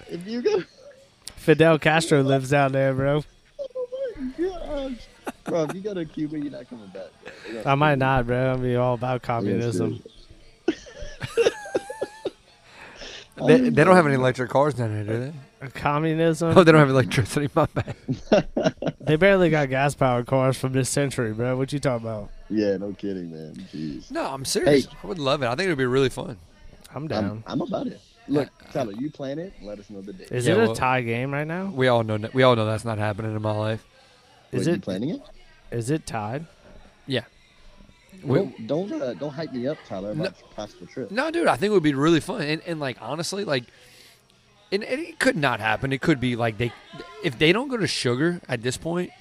S2: if you go,
S1: Fidel Castro lives out there, bro.
S2: oh my gosh, bro, if you go to Cuba, you're not coming back. Bro. They're gonna-
S1: I might not, bro. I'm be all about
S2: they're gonna
S1: communism.
S2: screw
S3: They, they don't have any electric cars down here, do they?
S1: Communism.
S3: Oh, they don't have electricity. My bad.
S1: They barely got gas powered cars from this century, bro. What you talking about?
S2: Yeah, no kidding, man. Jeez.
S3: No, I'm serious.
S2: Hey.
S3: I would love it. I think it would be really fun.
S1: I'm down.
S2: I'm, I'm about it. Look, Tyler, you plan it. Let us know the date.
S1: Is
S3: Yeah,
S1: it a
S3: well-
S1: tie game right now?
S3: We all know. We all know that's not happening in my life.
S2: Wait,
S1: Is
S2: you
S1: it
S2: planning it?
S1: is it tied?
S3: Yeah. We,
S2: Don't don't, uh, don't hype me up, Tyler, about
S3: No.
S2: your possible trip.
S3: no, dude. I think it would be really fun. And, and like honestly, like, and, and it could not happen. It could be like they, if they don't go to Sugar at this point,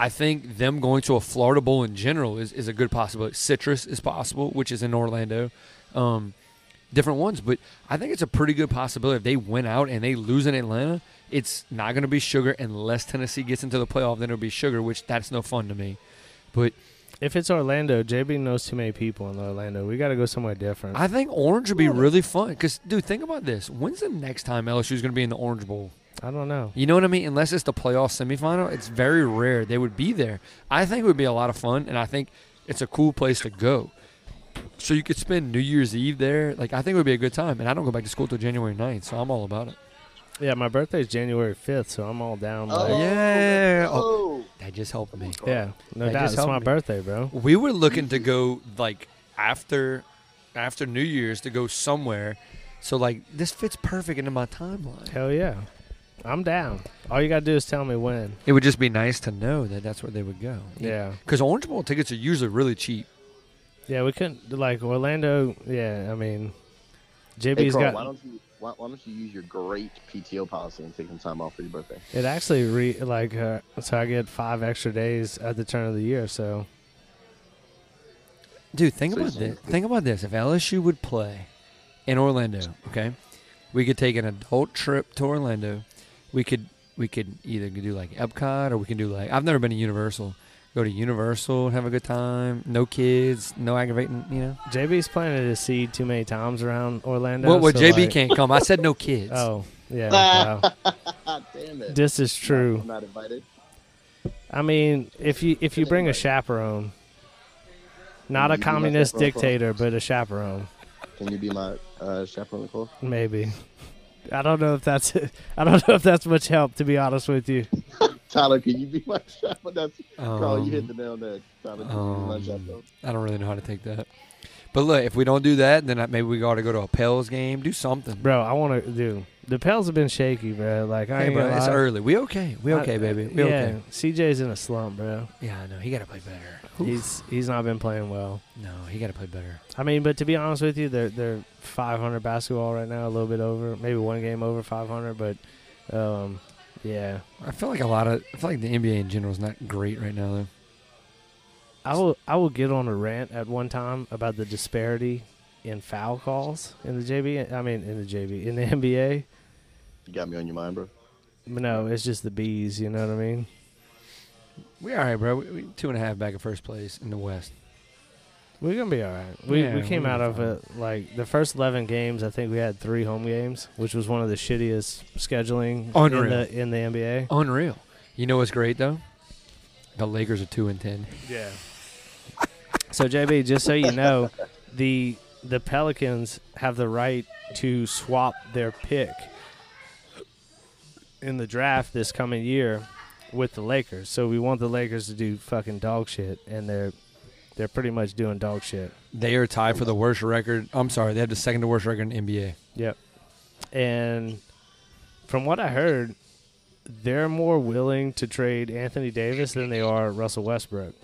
S3: I think them going to a Florida Bowl in general is, is a good possibility. Citrus is possible, which is in Orlando. Um, different ones, but I think it's a pretty good possibility if they win out and they lose in Atlanta, it's not going to be Sugar unless Tennessee gets into the playoff. Then it'll be Sugar, which that's no fun to me. But
S1: If it's Orlando, JB knows too many people in Orlando. We got to go somewhere different.
S3: I think Orange would be really fun because, dude, think about this. When's the next time LSU is going to be in the Orange Bowl?
S1: I don't know.
S3: You know what I mean? Unless it's the playoff semifinal, it's very rare they would be there. I think it would be a lot of fun, and I think it's a cool place to go. So you could spend New Year's Eve there. Like, I think it would be a good time. And I don't go back to school till January 9th, so I'm all about it.
S1: Yeah, my birthday's January 5th, so I'm all down.
S2: Oh,
S1: like-
S3: yeah.
S2: let's
S3: Oh,
S2: go.
S3: that just helped me.
S1: yeah, no
S3: That
S1: doubt.
S3: just
S1: It's
S3: helped
S1: my
S3: me.
S1: birthday, bro.
S3: We were looking to go like after after New Year's to go somewhere. So like this fits perfect into my timeline.
S1: Hell yeah. I'm down. All you got to do is tell me when.
S3: It would just be nice to know that that's where they would go.
S1: Yeah.
S3: Because Orange Bowl tickets are usually really cheap.
S1: Yeah, we couldn't, like, Orlando, yeah, I mean,
S2: Hey,
S1: JB's
S2: Carl, why
S1: got,
S2: don't you why, why don't you use your great PTO policy and take some time off for your birthday?
S1: it actually, re, like, uh, so I get five extra days at the turn of the year, so.
S3: Dude, think
S2: So
S3: about
S2: it's
S3: this.
S2: cheap.
S3: Think about this. If LSU would play in Orlando, okay, we could take an adult trip to Orlando. We could we could either do like Epcot or we can do like I've never been to Universal. Go to Universal, have a good time. No kids, no aggravating. You know.
S1: JB's planted his seed too many times around Orlando.
S3: well, well
S1: so,
S3: JB
S1: like-
S3: can't come. I said no kids.
S1: Oh, yeah. wow.
S2: God damn it!
S1: This is true.
S2: I'm not invited.
S1: I mean, if you if you bring a chaperone, not
S2: You
S1: a
S2: can
S1: communist
S2: let that roll.
S1: dictator, but a chaperone,
S2: Can you be my uh, chaperone, Nicole?
S1: maybe. I don't know if that's I don't know if that's much help to be honest with you.
S2: Tyler, can you be my chaperone? That's Carl. you hit
S3: Um,
S2: the nail on the head. Tyler, can you
S3: Um,
S2: be my chaperone?
S3: I don't really know how to take that. But look, if we don't do that, then I- maybe we got to go to a Pels game, do something.
S1: Bro, I want to do. The Pels have been shaky, bro. Like I
S3: Hey,
S1: ain't
S3: bro,
S1: gonna
S3: it's
S1: lie.
S3: early. We okay? We okay,
S1: I-
S3: baby? We
S1: yeah,
S3: okay?
S1: CJ's in a slump, bro.
S3: Yeah, I know. He got to play better.
S1: He's he's not been playing well.
S3: No, he got to play better.
S1: I mean, but to be honest with you, they're they're 500 basketball right now, a little bit over, maybe one game over 500, but um, yeah.
S3: I feel like a lot of. I feel like the NBA in general is not great right now, though.
S1: I will I will get on a rant at one time about the disparity in foul calls in the JB. I mean, in the JB in the NBA.
S2: You got me on your mind, bro.
S1: But no, it's just the bees. You know what I mean?
S3: We all right, bro. We, we two and a half back in first place in the West.
S1: We're gonna be all right. We
S3: Yeah,
S1: we came
S3: we'll
S1: out
S3: be
S1: of it like the first eleven games. I think we had three home games, which was one of the shittiest scheduling
S3: Unreal.
S1: in the in the NBA.
S3: Unreal. You know what's great though? The Lakers are two and ten.
S1: Yeah. So JB, just so you know, the the Pelicans have the right to swap their pick in the draft this coming year with the Lakers. So we want the Lakers to do fucking dog shit and they're they're pretty much doing dog shit.
S3: They are tied for the worst record. I'm sorry, they have the second to worst record in NBA.
S1: Yep. And from what I heard, they're more willing to trade Anthony Davis than they are Russell Westbrook.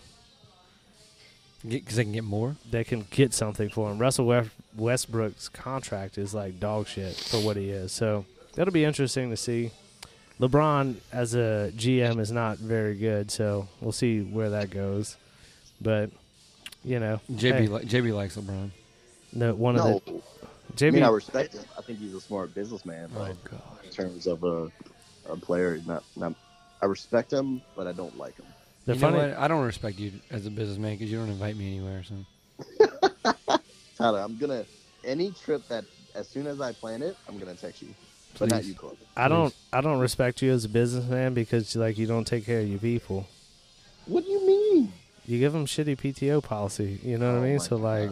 S3: Because they can get more.
S1: they can get something for him. Russell Wef- Westbrook's contract is like dog shit for what he is. So that'll be interesting to see. LeBron as a GM is not very good, so we'll see where that goes. But you know,
S3: JB
S1: hey,
S3: li- JB likes LeBron.
S1: no, one
S2: No,
S1: of
S2: I
S1: the JB.
S2: mean I respect him. I think he's a smart businessman, but
S3: Oh, god.
S2: in terms of a, a player, not not. I respect him, but I don't like him.
S1: the
S3: you
S1: funny,
S3: know what? I don't respect you as a businessman because you don't invite me anywhere. So
S2: Tyler, I'm gonna any trip that as soon as I plan it, I'm gonna text you, but not
S3: Please.
S2: you, Carl.
S1: I don't, I don't respect you as a businessman because like you don't take care of your people.
S2: What do you mean?
S1: You give them shitty PTO policy. You know what
S2: Oh
S1: I mean?
S2: my
S1: So like,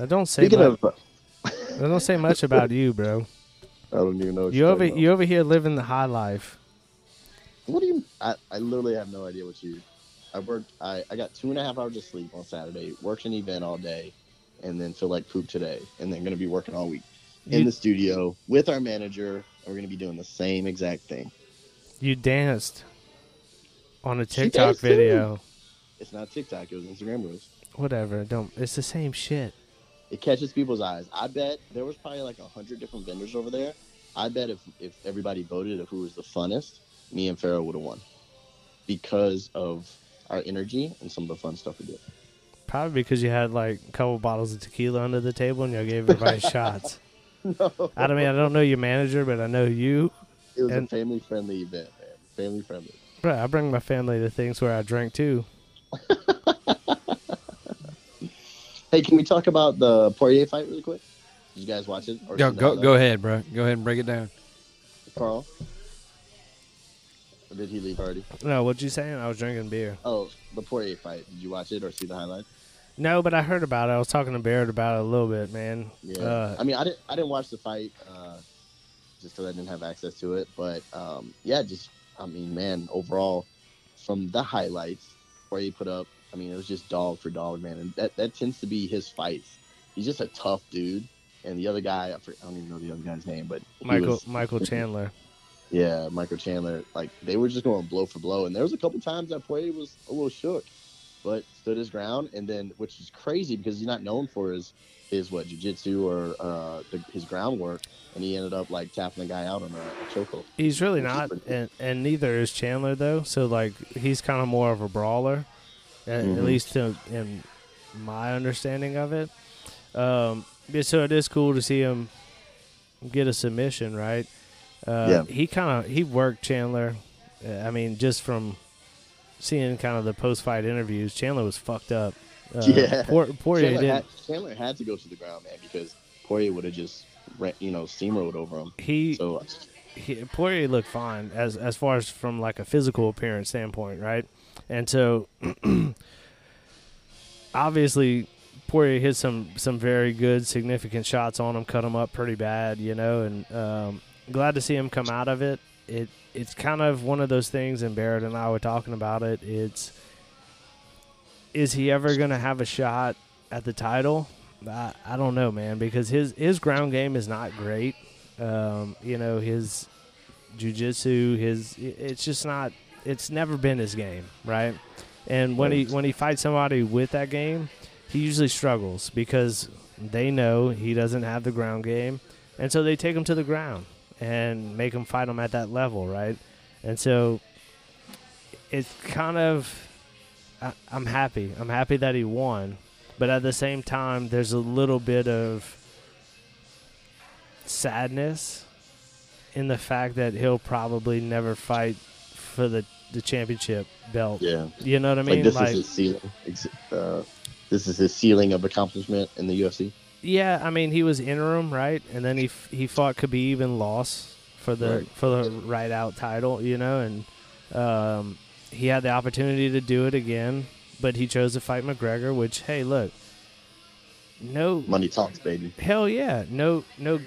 S1: I don't say.
S2: Speaking
S1: much.
S2: of,
S1: I don't say much about you, bro.
S2: I don't even know. What
S1: You
S2: you're
S1: over
S2: talking
S1: you over here living the high life.
S2: about. What do you? I, I literally have no idea what you. I worked. I, I got two and a half hours of sleep on Saturday. Worked an event all day, and then feel like poop today, and then gonna be working all week in
S1: You-
S2: the studio with our manager. And we're gonna be doing the same exact thing.
S1: You danced on a
S2: She
S1: TikTok
S2: danced too.
S1: video.
S2: It's not TikTok. It was Instagram reels.
S1: Whatever. Don't. It's the same shit.
S2: It catches people's eyes. I bet there was probably like a hundred different vendors over there. I bet if if everybody voted of who was the funnest, me and Pharaoh would have won because of our energy and some of the fun stuff we did.
S1: Probably because you had like a couple bottles of tequila under the table and you gave everybody shots.
S2: No,
S1: I don't mean I don't know your manager, but I know you.
S2: it was
S1: and-
S2: a family friendly event, man. Family friendly.
S1: Bro, I bring my family to things where I drink too.
S2: Hey, can we talk about the Poirier fight really quick? Did you guys watch it? Or
S3: Go,
S2: no,
S3: go,
S2: no.
S3: go ahead, bro. Go ahead and break it down.
S2: Carl. Or did he leave already?
S1: No, what you saying? I was drinking beer.
S2: Oh, the Poirier fight. Did you watch it or see the highlights?
S1: No, but I heard about it. I was talking to Barrett about it a little bit, man.
S2: Yeah,
S1: Uh,
S2: I mean, I didn't, I didn't watch the fight, uh, just because I didn't have access to it. But um, yeah, just, I mean, man, overall, from the highlights where he put up, I mean, it was just dog for dog, man, and that that tends to be his fights. He's just a tough dude, and the other guy, I, for- I don't even know the other guy's name, but he
S1: Michael
S2: was-
S1: Michael Chandler.
S2: yeah, Michael Chandler, like they were just going blow for blow, and there was a couple times that Poirier was a little shook, but stood his ground, and then which is crazy because he's not known for his his what jujitsu or uh, the, his groundwork, and he ended up like tapping the guy out on a, a chokehold.
S1: He's really
S2: Which is
S1: not,
S2: pretty cool.
S1: and, and neither is Chandler though. So like he's kind of more of a brawler, at, at
S2: Mhm.
S1: least to, in my understanding of it. Um, yeah, so it is cool to see him get a submission, right? Uh,
S2: Yeah.
S1: He kind of he worked Chandler. Uh, I mean, just from seeing kind of the post fight interviews, Chandler was fucked up. Uh,
S2: Yeah.
S1: Por- Poirier
S2: Chandler
S1: didn't.
S2: had, Chandler had to go to the ground, man, because Poirier would have just ra- you know steamrolled over him.
S1: he
S2: So
S1: he, Poirier looked fine as as far as from like a physical appearance standpoint, right? And so, obviously, Poirier hit some some very good, significant shots on him, cut him up pretty bad, you know. And um, glad to see him come out of it. It it's kind of one of those things, and Barrett and I were talking about it. It's is he ever going to have a shot at the title? I, I don't know, man, because his his ground game is not great. Um, you know, his jujitsu, his i- it's just not. It's never been his game, right? And when he when he fights somebody with that game, he usually struggles because they know he doesn't have the ground game, and so they take him to the ground and make him fight him at that level, right? And so it's kind of I, I'm happy. I'm happy that he won, but at the same time, there's a little bit of sadness in the fact that he'll probably never fight for the the championship belt.
S2: yeah,
S1: You know what I
S2: like
S1: mean?
S2: this is his ceiling. Ex- Uh, this is his ceiling of accomplishment in the UFC.
S1: Yeah, I mean he was interim, right? And then he f- he fought Khabib and lost for the
S2: Right.
S1: for the right out title, you know, and um, he had the opportunity to do it again, but he chose to fight McGregor, which hey, look, no,
S2: Money talks, baby.
S1: hell yeah, no, no.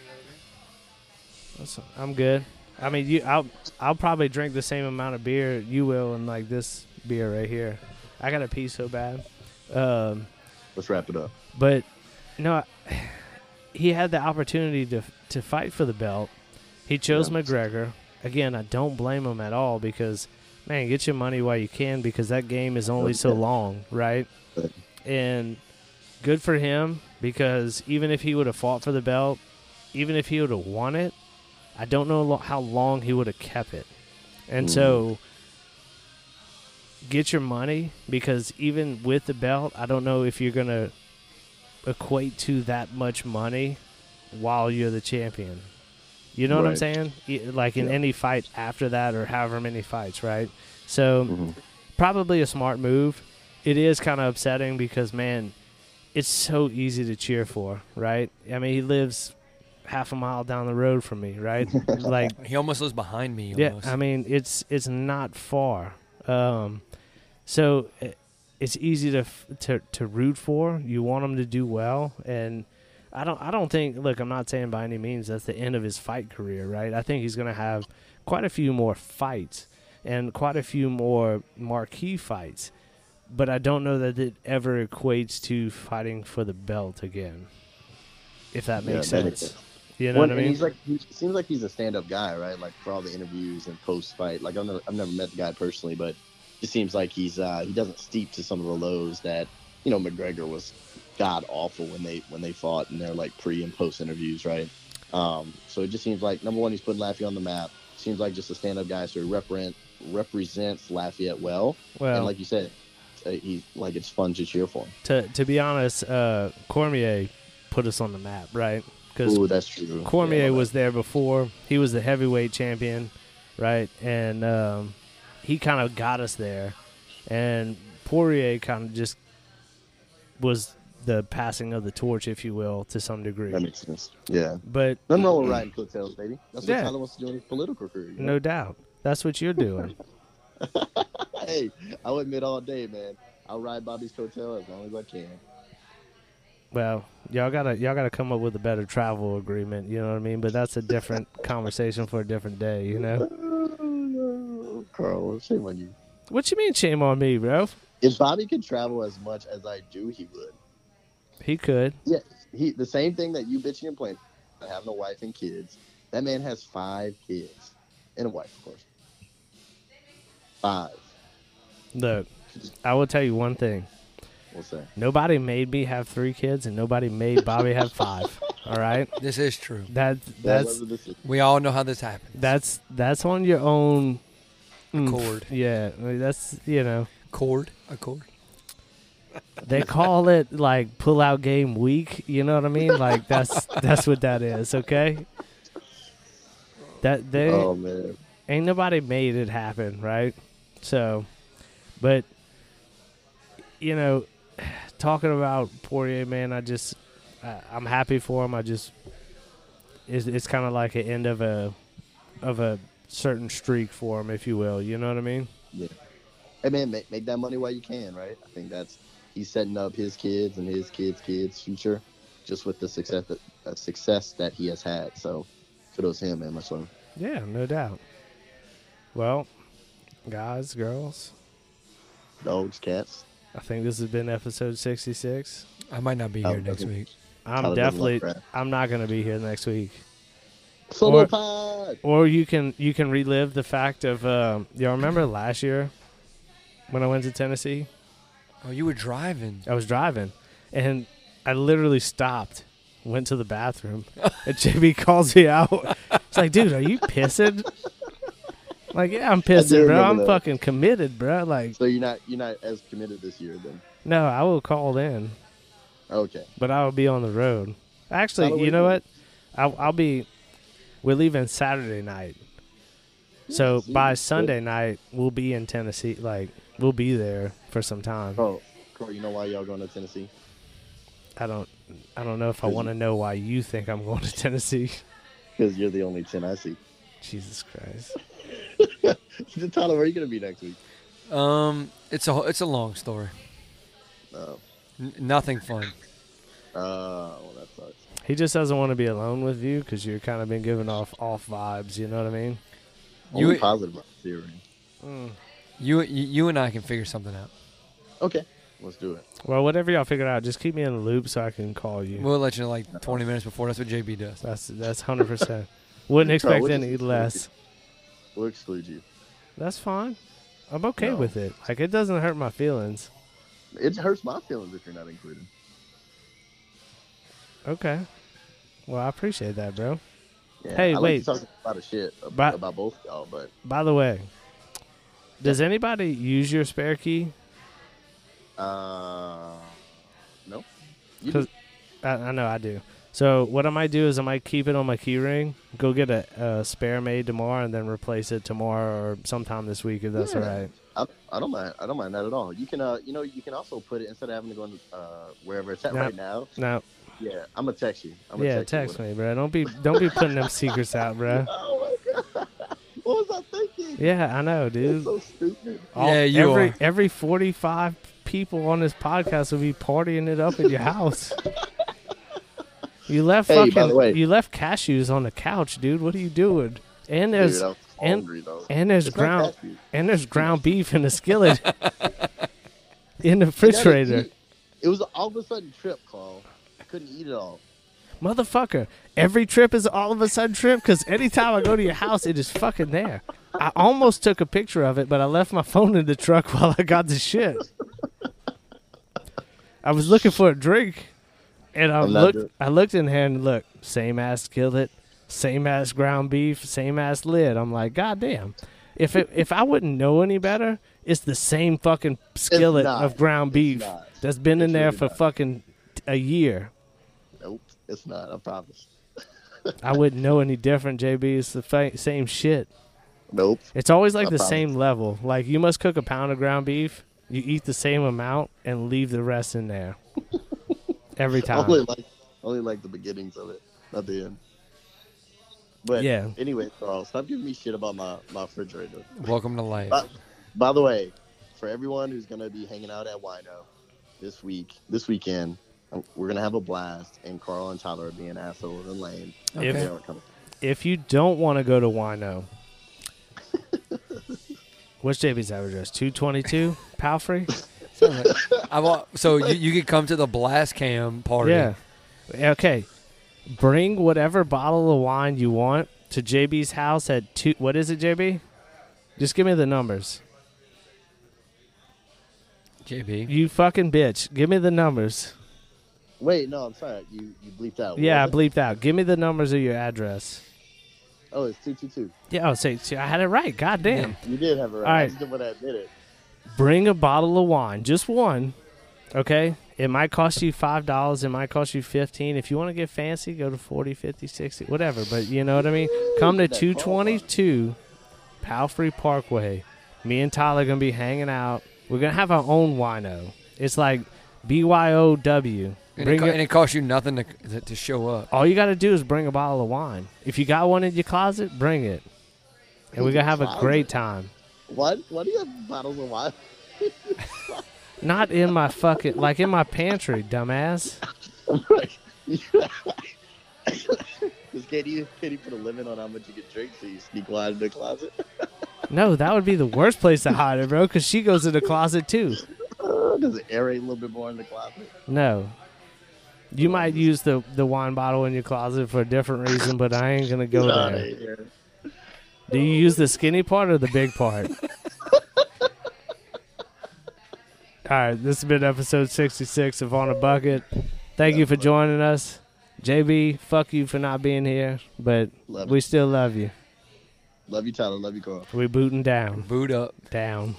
S1: Listen, I'm good. I mean, you, I'll I'll probably drink the same amount of beer you will, in like this beer right here. I gotta pee so bad. Um,
S2: Let's wrap it up.
S1: but no, I- he had the opportunity to to fight for the belt. He chose
S2: Yeah.
S1: McGregor. Again, I don't blame him at all because man, get your money while you can because that game is only so
S2: Okay.
S1: long, right?
S2: Right.
S1: And good for him because even if he would have fought for the belt, even if he would have won it, I don't know lo- how long he would have kept it. And
S2: Mm.
S1: so get your money because even with the belt, I don't know if you're going to equate to that much money while you're the champion. You know what I'm
S2: Right.
S1: saying? E- Like in
S2: Yeah.
S1: any fight after that or however many fights, right? So
S2: Mm-hmm.
S1: probably a smart move. It is kind of upsetting because man, it's so easy to cheer for, right? I mean, he lives half a mile down the road from me, right? like
S3: He almost lives behind me.
S1: yeah,
S3: Almost.
S1: I mean it's it's not far, um, so eh, i- it's easy to f- to to root for. You want them to do well, and I don't I don't think look, I'm not saying by any means that's the end of his fight career, right? I think he's going to have quite a few more fights and quite a few more marquee fights. But I don't know that it ever equates to fighting for the belt again. If that
S2: Yeah,
S1: makes
S2: that makes
S1: sense. You know what
S2: Well,
S1: I
S2: and
S1: mean?
S2: He's like, he seems like he's a stand-up guy, right? Like for all the interviews and post-fight. Like I've never, I've never met the guy personally, but it seems like he's uh, he doesn't steep to some of the lows that you know McGregor was god awful when they when they fought in their like pre and post interviews, right? Um, so it just seems like number one, he's putting Lafayette on the map. Seems like just a stand-up guy, so he represent, represents Lafayette well.
S1: well,
S2: and like you said, uh, he like it's fun to cheer for him.
S1: to to be honest, uh, Cormier put us on the map, right? Because
S2: Ooh, that's true.
S1: Cormier
S2: Yeah,
S1: was there before. He was the heavyweight champion, right? And um, he kind of got us there. And Poirier kind of just was the passing of the torch, if you will, to some
S2: that
S1: degree.
S2: makes sense. Yeah.
S1: But
S2: Nothing wrong with riding coattails, baby. That's what
S1: Yeah.
S2: Tyler wants to do in his political career. you know?
S1: no doubt, that's what you're doing.
S2: Hey, I'll admit all day, man. I'll ride Bobby's coattail as long as I can.
S1: Well, y'all gotta y'all gotta come up with a better travel agreement. You know what I mean? But that's a different conversation for a different day. You know?
S2: Carl, shame on you.
S1: What you mean? Shame on me, bro.
S2: If Bobby could travel as much as I do, he would.
S1: He could.
S2: Yeah, he the same thing that you bitching and complaining. about, Having a wife and kids. That man has five kids and a wife, of course. Five.
S1: Look, I will tell you one thing.
S2: What's that?
S1: Nobody made me have three kids, and nobody made Bobby have five. All right,
S3: This is true.
S1: that
S2: That
S1: that's
S2: was a decision.
S3: We all know how this happens.
S1: that's that's on your own oomph.
S3: Accord.
S1: Yeah, I mean, that's you know
S3: Accord. Accord.
S1: they call it like pull out game week. You know what I mean? Like that's that's what that is. Okay. That they
S2: Oh man.
S1: ain't nobody made it happen, right? So, but you know, talking about Poirier, man, I just I, I'm happy for him. I just it's, it's kind of like an end of a of a certain streak for him, if you will. You know what I mean?
S2: Hey man, make, make that money while you can, right? I think that's he's setting up his kids and his kids' kids' future, just with the success that uh, success that he has had. So, kudos to him, man. Much love.
S1: Yeah, no doubt. Well, guys, girls,
S2: Dogs, cats.
S1: I think this has been episode 66.
S3: I might not be
S2: Oh,
S3: here next
S2: okay.
S3: week.
S1: I'm
S2: Tyler doesn't love
S1: definitely
S2: crap.
S1: I'm not going to be here next week.
S2: Solo
S1: Or-
S2: pod.
S1: Or you can you can relive the fact of um, y'all remember last year when I went to Tennessee,
S3: Oh, you were driving.
S1: I was driving, and I literally stopped, went to the bathroom, and Jimmy calls me out. It's like, dude, are you pissing? Like, yeah, I'm pissing, bro.
S2: remember
S1: I'm
S2: that.
S1: fucking committed, bro. Like,
S2: So you're not you're not as committed this year then.
S1: no, I will call in,
S2: Okay.
S1: but I will be on the road. Actually,
S2: Tyler,
S1: you know what?
S2: what
S1: I'll, I'll be. We're leaving Saturday night, so
S2: see,
S1: by
S2: good.
S1: Sunday night we'll be in Tennessee. Like we'll be there for some time.
S2: Bro, Corey, you know why y'all going to Tennessee?
S1: I don't. I don't know if I
S2: Cause
S1: want to know why you think I'm going to Tennessee.
S2: Because you're the only ten I see.
S1: Jesus Christ.
S2: Tyler, where are you gonna be next week?
S3: Um, it's a it's a long story.
S2: Oh,
S3: N- nothing fun.
S2: uh, well that sucks.
S1: He just doesn't want to be alone with you because you're kind of been giving off off vibes. You know what I mean?
S2: Only
S3: You-
S2: positive about theory.
S3: You you, you and I can figure something out.
S2: Okay, let's do it.
S1: Well, whatever y'all figure out, just keep me in the loop so I can call you.
S3: We'll let you know like 20 minutes before. That's what JB does.
S1: that's that's hundred percent. Wouldn't
S2: Bro,
S1: expect
S2: what is
S1: any
S2: this
S1: less.
S2: We'll exclude you.
S1: That's fine. I'm okay
S2: No.
S1: with it. Like it doesn't hurt my feelings.
S2: It hurts my feelings if you're not included.
S1: Okay. Well, I appreciate that, bro.
S2: Yeah,
S1: Hey,
S2: I like
S1: wait.
S2: to talk a lot of shit ab-
S1: But-
S2: about, both of y'all, but
S1: By the way, does anybody use your spare key?
S2: uh, no. You
S1: Cause
S2: do-
S1: I, I know I do. So what I might do is I might keep it on my key ring, go get a, a spare made tomorrow, and then replace it tomorrow or sometime this week if that's
S2: Yeah.
S1: all right.
S2: I, I don't mind. I don't mind that at all. You can, uh, you know, you can also put it instead of having to go into, uh, wherever it's at
S1: Yeah.
S2: right now.
S1: No,
S2: Yeah, I'm gonna text you. I'm gonna
S1: yeah,
S2: text, you
S1: text
S2: with
S1: me, bro. Don't be don't be putting them secrets out, bro.
S2: it. Oh my god, what was I thinking?
S1: Yeah, I know,
S2: It's
S1: dude.
S2: so stupid.
S1: All-
S3: Yeah, you
S1: every,
S3: are.
S1: Every 45 people on this podcast will be partying it up at your house. You left
S2: Hey, by
S1: fucking.
S2: the way-
S1: You left cashews on the couch, dude. What are you doing? And there's
S2: Dude, I'm
S1: and-
S2: hungry though.
S1: and there's
S2: It's not
S1: ground
S2: that big.
S1: and there's ground beef in the skillet in the
S2: I gotta
S1: refrigerator,
S2: eat. It was an all of a sudden trip, Carl. I couldn't eat it all.
S1: motherfucker. Every trip is all of a sudden trip because anytime I go to your house, it is fucking there. I almost took a picture of it, but I left my phone in the truck while I got the shit. I was looking for a drink, and I
S2: I'm not
S1: looked.
S2: doing-
S1: I looked in here and look, same ass skillet, same ass ground beef, same ass lid. I'm like, God damn. If it, if I wouldn't know any better, it's the same fucking skillet
S2: not.
S1: of ground
S2: It's
S1: beef
S2: not.
S1: that's been in
S2: It's
S1: there
S2: really
S1: for
S2: not.
S1: fucking t- a year.
S2: Nope, it's not. I promise.
S1: I wouldn't know any different, JB. It's the fa- same shit.
S2: Nope.
S1: It's always like
S2: I
S1: the
S2: promise.
S1: same level. Like you must cook a pound of ground beef, you eat the same amount, and leave the rest in there every
S2: I
S1: time.
S2: only like only like the beginnings of it, not the end. But
S1: Yeah.
S2: yeah. Anyway, Carl, stop giving me shit about my my refrigerator.
S3: Welcome to life.
S2: By, by the way, for everyone who's gonna be hanging out at Wino this week, this weekend, um, we're gonna have a blast, and Carl and Tyler are being assholes and lame.
S1: Okay.
S2: If they aren't coming.
S1: if you don't want to go to Wino, what's JB's address? Two twenty-two Palfrey.
S3: I want, so you, you could come to the blast cam party.
S1: Yeah. Okay. Bring whatever bottle of wine you want to JB's house at two. What is it, JB? Just give me the numbers.
S3: JB.
S1: You fucking bitch. Give me the numbers.
S2: Wait, no, I'm sorry. You you bleeped out. What
S1: Yeah, I
S2: was it?
S1: bleeped out. Give me the numbers of your address.
S2: Oh, it's two two two.
S1: Yeah, oh, say, see, I had it right. God damn.
S2: You did have it right.
S1: All right.
S2: I just didn't want to admit it.
S1: Bring a bottle of wine, just one. Okay? It might cost you $5. It might cost you 15 If you want to get fancy, go to 40 50 60 whatever. But you know what I mean? Come to
S2: that call
S1: 222 Palfrey Parkway. Me and Tyler going to be hanging out. We're going to have our own wino. It's like BYOW.
S3: And it,
S1: Bring
S3: co-
S1: your-
S3: and it costs you nothing to, to- to show up.
S1: All you got to do is bring a bottle of wine. If you got one in your closet, bring it. And we're going to have a great time.
S2: Why why do you have bottles of wine?
S1: Not in my fucking, like in my pantry, dumbass.
S2: Just can you can you put a limit on how much you can drink so you sneak wine in the closet?
S1: No, that would be the worst place to hide it, bro, because she goes in the closet too.
S2: Does it aerate a little bit more in the closet?
S1: No. You might use the, the wine bottle in your closet for a different reason, but I ain't going to go
S2: Outta
S1: there.
S2: here.
S1: Do you use the skinny part or the big part? All right, this has been episode 66 of On a Bucket. Thank you for joining us. JB, fuck you for not being here, but
S2: Love
S1: we
S2: it.
S1: still love you.
S2: Love you, Tyler. Love you, Carl.
S1: We booting down.
S3: Boot up.
S1: Down.